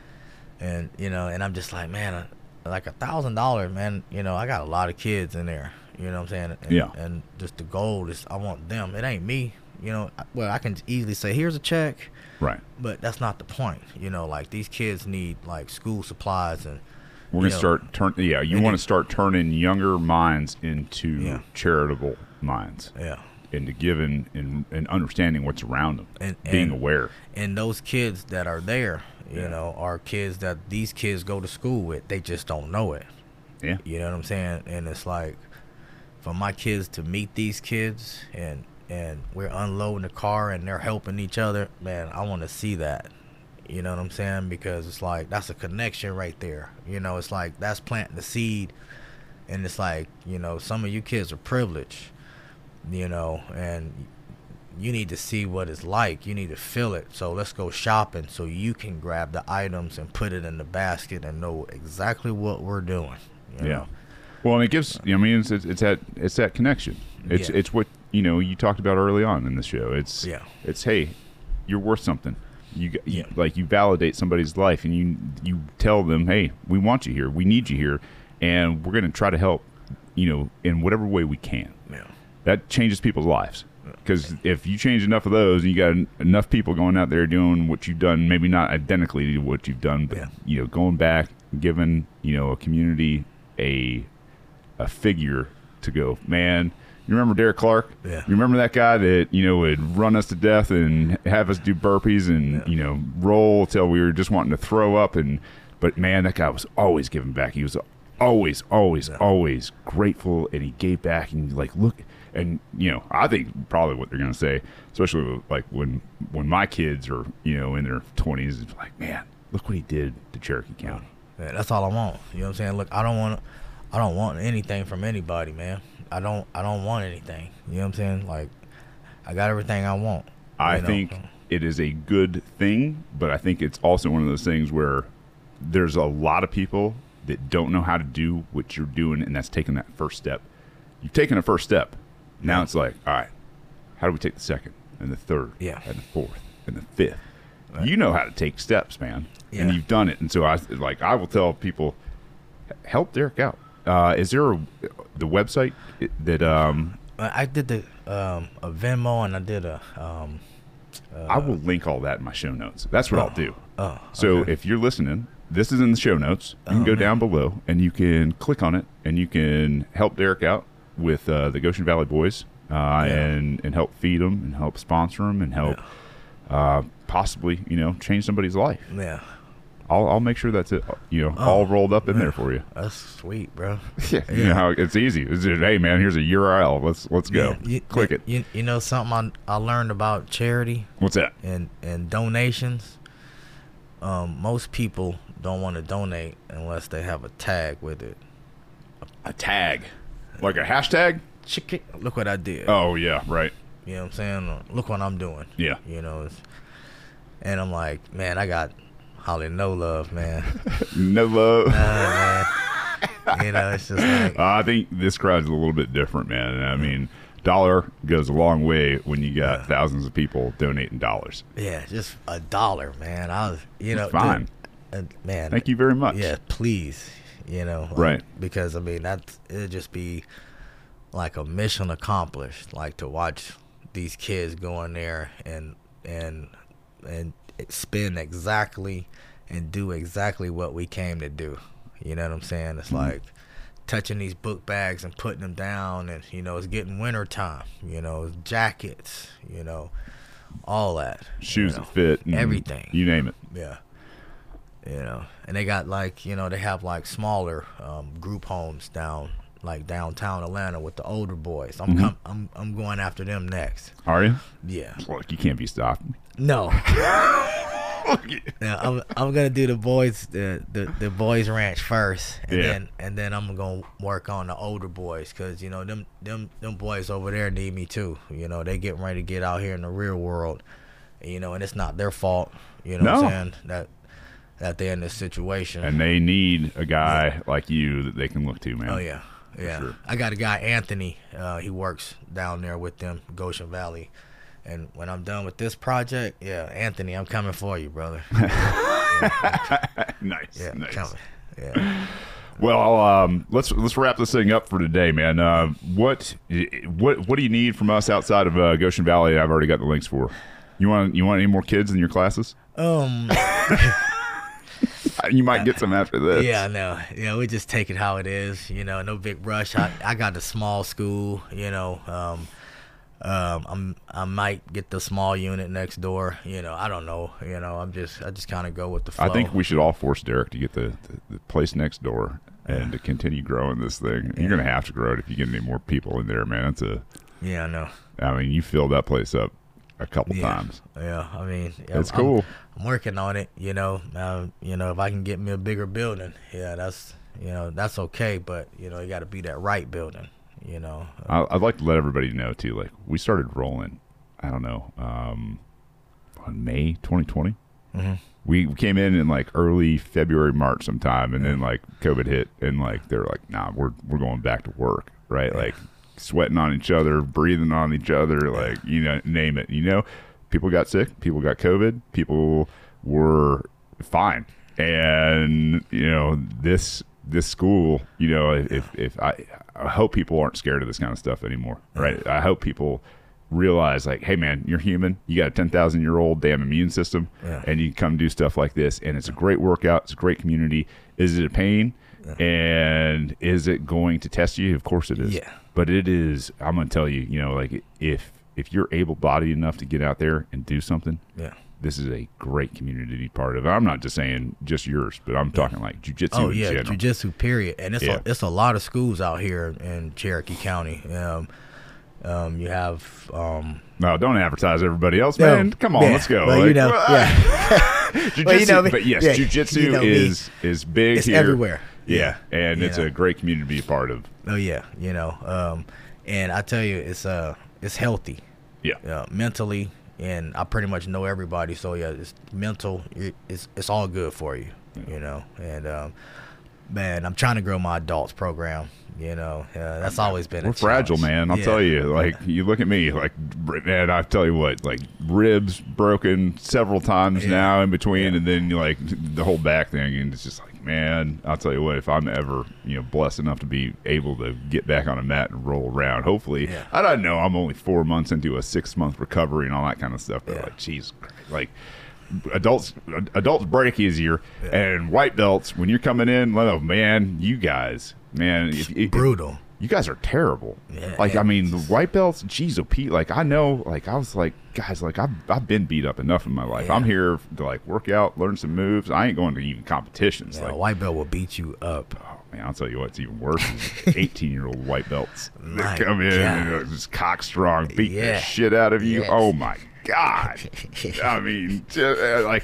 B: and you know, and I'm just like, man, uh, like a thousand dollars, man. You know, I got a lot of kids in there. You know what I'm saying? And,
A: Yeah.
B: And just the goal is, I want them. It ain't me. You know, I- well, I can easily say, here's a check,
A: Right.
B: but that's not the point. You know, like these kids need like school supplies and
A: We're gonna
B: Yeah.
A: start turn. Yeah, you want to start turning younger minds into
B: Yeah.
A: charitable minds,
B: Yeah.
A: into giving and, and understanding what's around them,
B: And-
A: being
B: and-
A: aware.
B: and those kids that are there, you
A: Yeah.
B: know, are kids that these kids go to school with. They just don't know it.
A: Yeah,
B: You know what I'm saying? And it's like for my kids to meet these kids and and we're unloading the car and they're helping each other, man, I want to see that. You know what I'm saying? Because it's like that's a connection right there. You know, it's like that's planting the seed and it's like, you know, some of you kids are privileged, you know, and you need to see what it's like. You need to feel it. So let's go shopping so you can grab the items and put it in the basket and know exactly what we're doing.
A: yeah.
B: you know?
A: Well, and it gives. You know, I mean, it's, it's it's that it's that connection. It's
B: Yeah.
A: it's what you know you talked about early on in the show. It's
B: Yeah.
A: It's hey, you're worth something. You, g- you
B: Yeah.
A: like you validate somebody's life and you you tell them, hey, we want you here, we need you here, and we're gonna try to help. You know, in whatever way we can.
B: Yeah.
A: that changes people's lives because if you change enough of those and you got en- enough people going out there doing what you've done maybe not identically to what you've done but
B: Yeah.
A: you know going back giving you know a community a a figure to go man you remember Derek Clark?
B: Yeah.
A: You remember that guy that you know would run us to death and have us do burpees and you know roll till we were just wanting to throw up and but man that guy was always giving back. He was always always always grateful and he gave back and like look and you know I think probably what they're gonna say especially with, like when when my kids are you know in their twenties it's like man look what he did to Cherokee County.
B: Man, that's all I want. You know what I'm saying? Look, I don't want I don't want anything from anybody, man. I don't I don't want anything. You know what I'm saying? Like I got everything I want.
A: I
B: you know?
A: think it is a good thing, but I think it's also one of those things where there's a lot of people that don't know how to do what you're doing, and that's taking that first step. You've taken a first step. Now it's like, all right, how do we take the second and the third
B: Yeah.
A: and the fourth and the fifth? You know how to take steps, man, and
B: Yeah.
A: you've done it. And so I like I will tell people, help Derek out. Uh, is there a, the website that um,
B: I I did the um a Venmo and I did a um
A: I will link all that in my show notes. That's what I'll do.
B: oh,
A: so if you're listening, this is in the show notes. You can go down below and you can click on it and you can help Derek out with uh, the Goshen Valley Boys uh, and and help feed them and help sponsor them and help uh, possibly you know change somebody's life.
B: yeah.
A: I'll I'll make sure that's it. You know,
B: Oh.
A: all rolled up in there for you.
B: That's sweet, bro.
A: Yeah, you know how it's easy. It's just, hey man, here's a URL. Let's let's go.
B: You-
A: click it.
B: You, you know something I, I learned about charity
A: What's that?
B: and and donations. Um, most people don't want to donate unless they have a tag with it.
A: A tag, like a hashtag.
B: Chicken. Look what I did.
A: Oh yeah, right.
B: You know what I'm saying? Or, Look what I'm doing.
A: Yeah.
B: You know, it's, and I'm like, man, I got holly no love, man.
A: No love.
B: you know, it's just like,
A: I think this crowd's a little bit different, man. And I mean, dollar goes a long way when you got thousands of people donating dollars.
B: yeah, just a dollar, man. I was, you know,
A: fine.
B: dude, uh, man.
A: Thank you very much.
B: Yeah, please. You know, like,
A: Right.
B: Because I mean, that's it'd just be like a mission accomplished. Like to watch these kids go in there and and and spend exactly and do exactly what we came to do. You know what I'm saying? It's
A: Mm-hmm.
B: like touching these book bags and putting them down, and you know, it's getting winter time. You know, jackets. You know, all that. you
A: Shoes
B: know.
A: that fit. and
B: everything.
A: You name it.
B: Yeah. You know, and they got like, you know, they have like smaller um, group homes down like downtown Atlanta with the older boys.
A: Mm-hmm.
B: I'm com- I'm I'm going after them next.
A: Are you?
B: Yeah.
A: Look, you can't be stopped.
B: No. Yeah, I'm I'm going to do the boys the, the the boys ranch first and
A: Yeah.
B: then and then I'm going to work on the older boys cuz you know them them them boys over there need me too. You know, they getting ready to get out here in the real world. You know, and it's not their fault, you know what
A: No.
B: I'm saying? That that they're in this situation.
A: And they need a guy like you that they can look to, man.
B: Oh yeah, yeah.
A: sure.
B: I got a guy Anthony. Uh, he works down there with them, Goshen Valley. And when I'm done with this project, yeah, Anthony, I'm coming for you, brother.
A: nice.
B: Yeah,
A: nice.
B: coming. Yeah.
A: Well, um, let's let's wrap this thing up for today, man. Uh, what what what do you need from us outside of uh, Goshen Valley? I've already got the links for. You want you want any more kids in your classes?
B: Um,
A: I, you might get some after this.
B: Yeah, no, yeah, we just take it how it is. You know, no big rush. I, I got the small school. You know, um, um, I'm I might get the small unit next door. You know, I don't know. You know, I'm just I just kind of go with the flow.
A: I think we should all force Derek to get the, the, the place next door and to continue growing this thing. You're gonna have to grow it if you get any more people in there, man. It's a,
B: yeah, no.
A: I mean, you filled that place up a couple
B: Yeah.
A: times.
B: Yeah, I mean, yeah,
A: That's
B: I'm-
A: cool.
B: I'm working on it, you know. Um, you know, if I can get me a bigger building, yeah, that's you know that's okay. But you know, you got to be that right building, you know.
A: I, I'd like to let everybody know too. Like we started rolling, I don't know, um, on May 2020. We we came in in like early February, March sometime, and then like COVID hit, and like they're like, nah, we're we're going back to work, right? Like sweating on each other, breathing on each other, like you know, name it. You know, people got sick, people got COVID, people were fine, and you know this this school, you know, if if, if I I hope people aren't scared of this kind of stuff anymore, right? I hope people realize like hey man you're human you got a 10,000 year old damn immune system
B: Yeah.
A: and you come do stuff like this and it's a great workout it's a great community is it a pain
B: Uh-huh.
A: and is it going to test you of course it is
B: Yeah.
A: but it is i'm going to tell you you know like if if you're able bodied enough to get out there and do something
B: Yeah.
A: this is a great community to be part of i'm not just saying just yours but i'm talking like jujitsu
B: Oh
A: in
B: yeah,
A: general
B: jujitsu. Period. And it's
A: Yeah.
B: a, it's a lot of schools out here in Cherokee County. Um, um, you have um,
A: no don't advertise everybody else man
B: no,
A: come on
B: yeah,
A: let's go
B: well, you
A: Like,
B: know,
A: well,
B: yeah.
A: Jiu-jitsu,
B: Well, you know me.
A: but yes,
B: Yeah,
A: jujitsu
B: you know me.
A: is is big
B: It's
A: here.
B: everywhere.
A: Yeah, and
B: You
A: it's
B: know.
A: a great community to be a part of.
B: Oh yeah, you know. Um, and I tell you, it's uh, it's healthy.
A: Yeah,
B: uh, mentally, and I pretty much know everybody. So yeah, it's mental. It, it's it's all good for you, you know. And um, man, I'm trying to grow my adults program. You know, uh, that's always been.
A: we're
B: a
A: fragile,
B: challenge.
A: man. I'll
B: Yeah.
A: tell you. Like you look at me, like man, I tell you what, like ribs broken several times
B: Yeah.
A: now in between, and then like the whole back thing, and it's just like man, I'll tell you what, if I'm ever you know blessed enough to be able to get back on a mat and roll around, hopefully,
B: Yeah.
A: I don't know, I'm only four months into a six month recovery and all that kind of stuff, but
B: Yeah.
A: like Jesus Christ, like. adults adults break easier and white belts when you're coming in oh man you guys man if, if,
B: Brutal.
A: you guys are terrible
B: Yeah,
A: like i
B: and
A: mean the white belts jeez oh pete like i know like i was like guys like i've, I've been beat up enough in my life i'm here to like work out learn some moves i ain't going to even competitions
B: Yeah, a
A: like
B: white belt will beat you up.
A: oh, man i'll tell you what's even worse is 18 year old white belts
B: My
A: that come in and
B: God.
A: are just cock strong beat
B: Yeah.
A: the shit out of you
B: Yes.
A: oh my god i mean ju- uh, like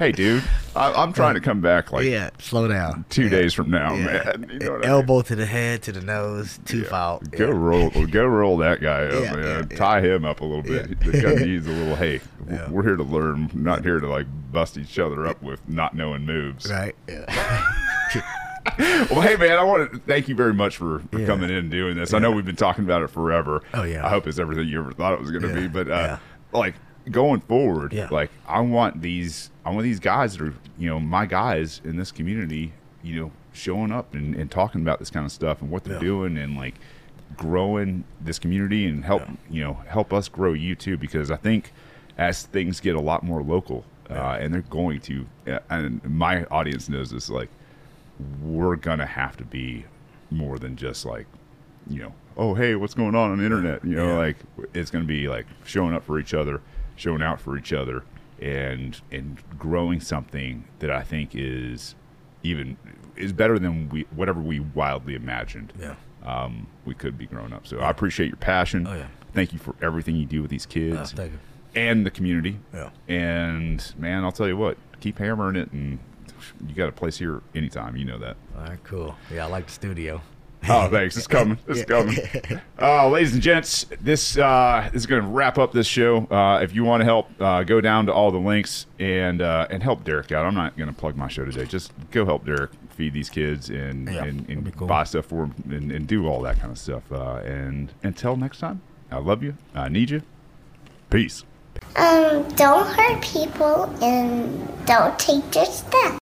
A: hey dude I, i'm trying to come back like
B: Yeah, slow down.
A: two days from now
B: Yeah.
A: man you know what I mean?
B: Elbow to the head, to the nose, tooth out.
A: Go
B: Yeah.
A: roll, go roll that guy up,
B: Yeah,
A: man.
B: yeah, yeah.
A: Tie him up a little bit. The guy needs a little. Hey, w-
B: Yeah.
A: we're here to learn, not here to like bust each other up with not knowing moves.
B: Right. Yeah.
A: Well, hey, man, I want to thank you very much for, for
B: Yeah.
A: coming in and doing this. I know we've been talking about it forever.
B: Oh, yeah.
A: I hope it's everything you ever thought it was going to
B: Yeah,
A: be. But uh,
B: yeah.
A: like going forward,
B: Yeah.
A: like I want these, I want these guys that are, you know, my guys in this community, you know, showing up and, and talking about this kind of stuff and what they're
B: Yeah.
A: doing and like growing this community and help, you know, help us grow you too. Because I think as things get a lot more local, uh, and they're going to, uh, and my audience knows this, like we're gonna have to be more than just like you know oh hey what's going on on the internet you know
B: Yeah.
A: like it's gonna be like showing up for each other showing out for each other and and growing something that i think is even is better than we whatever we wildly imagined
B: yeah.
A: um, we could be growing up so i appreciate your passion
B: Oh, yeah.
A: thank you for everything you do with these
B: Oh,
A: kids
B: thank you.
A: and the community
B: Yeah.
A: and man i'll tell you what keep hammering it and you got a place here anytime you know that
B: All right, cool. Yeah, I like the studio.
A: Oh, thanks. It's coming. It's coming. Uh, ladies and gents, this uh, is going to wrap up this show. Uh, if you want to help, uh, go down to all the links and uh, and help Derek out. I'm not going to plug my show today. Just go help Derek feed these kids and
B: Yeah,
A: and,
B: that'd be
A: and
B: cool.
A: buy stuff for them and, and do all that kind of stuff. Uh, and until next time, I love you. I need you. Peace.
C: Um, don't hurt people and don't take their stuff.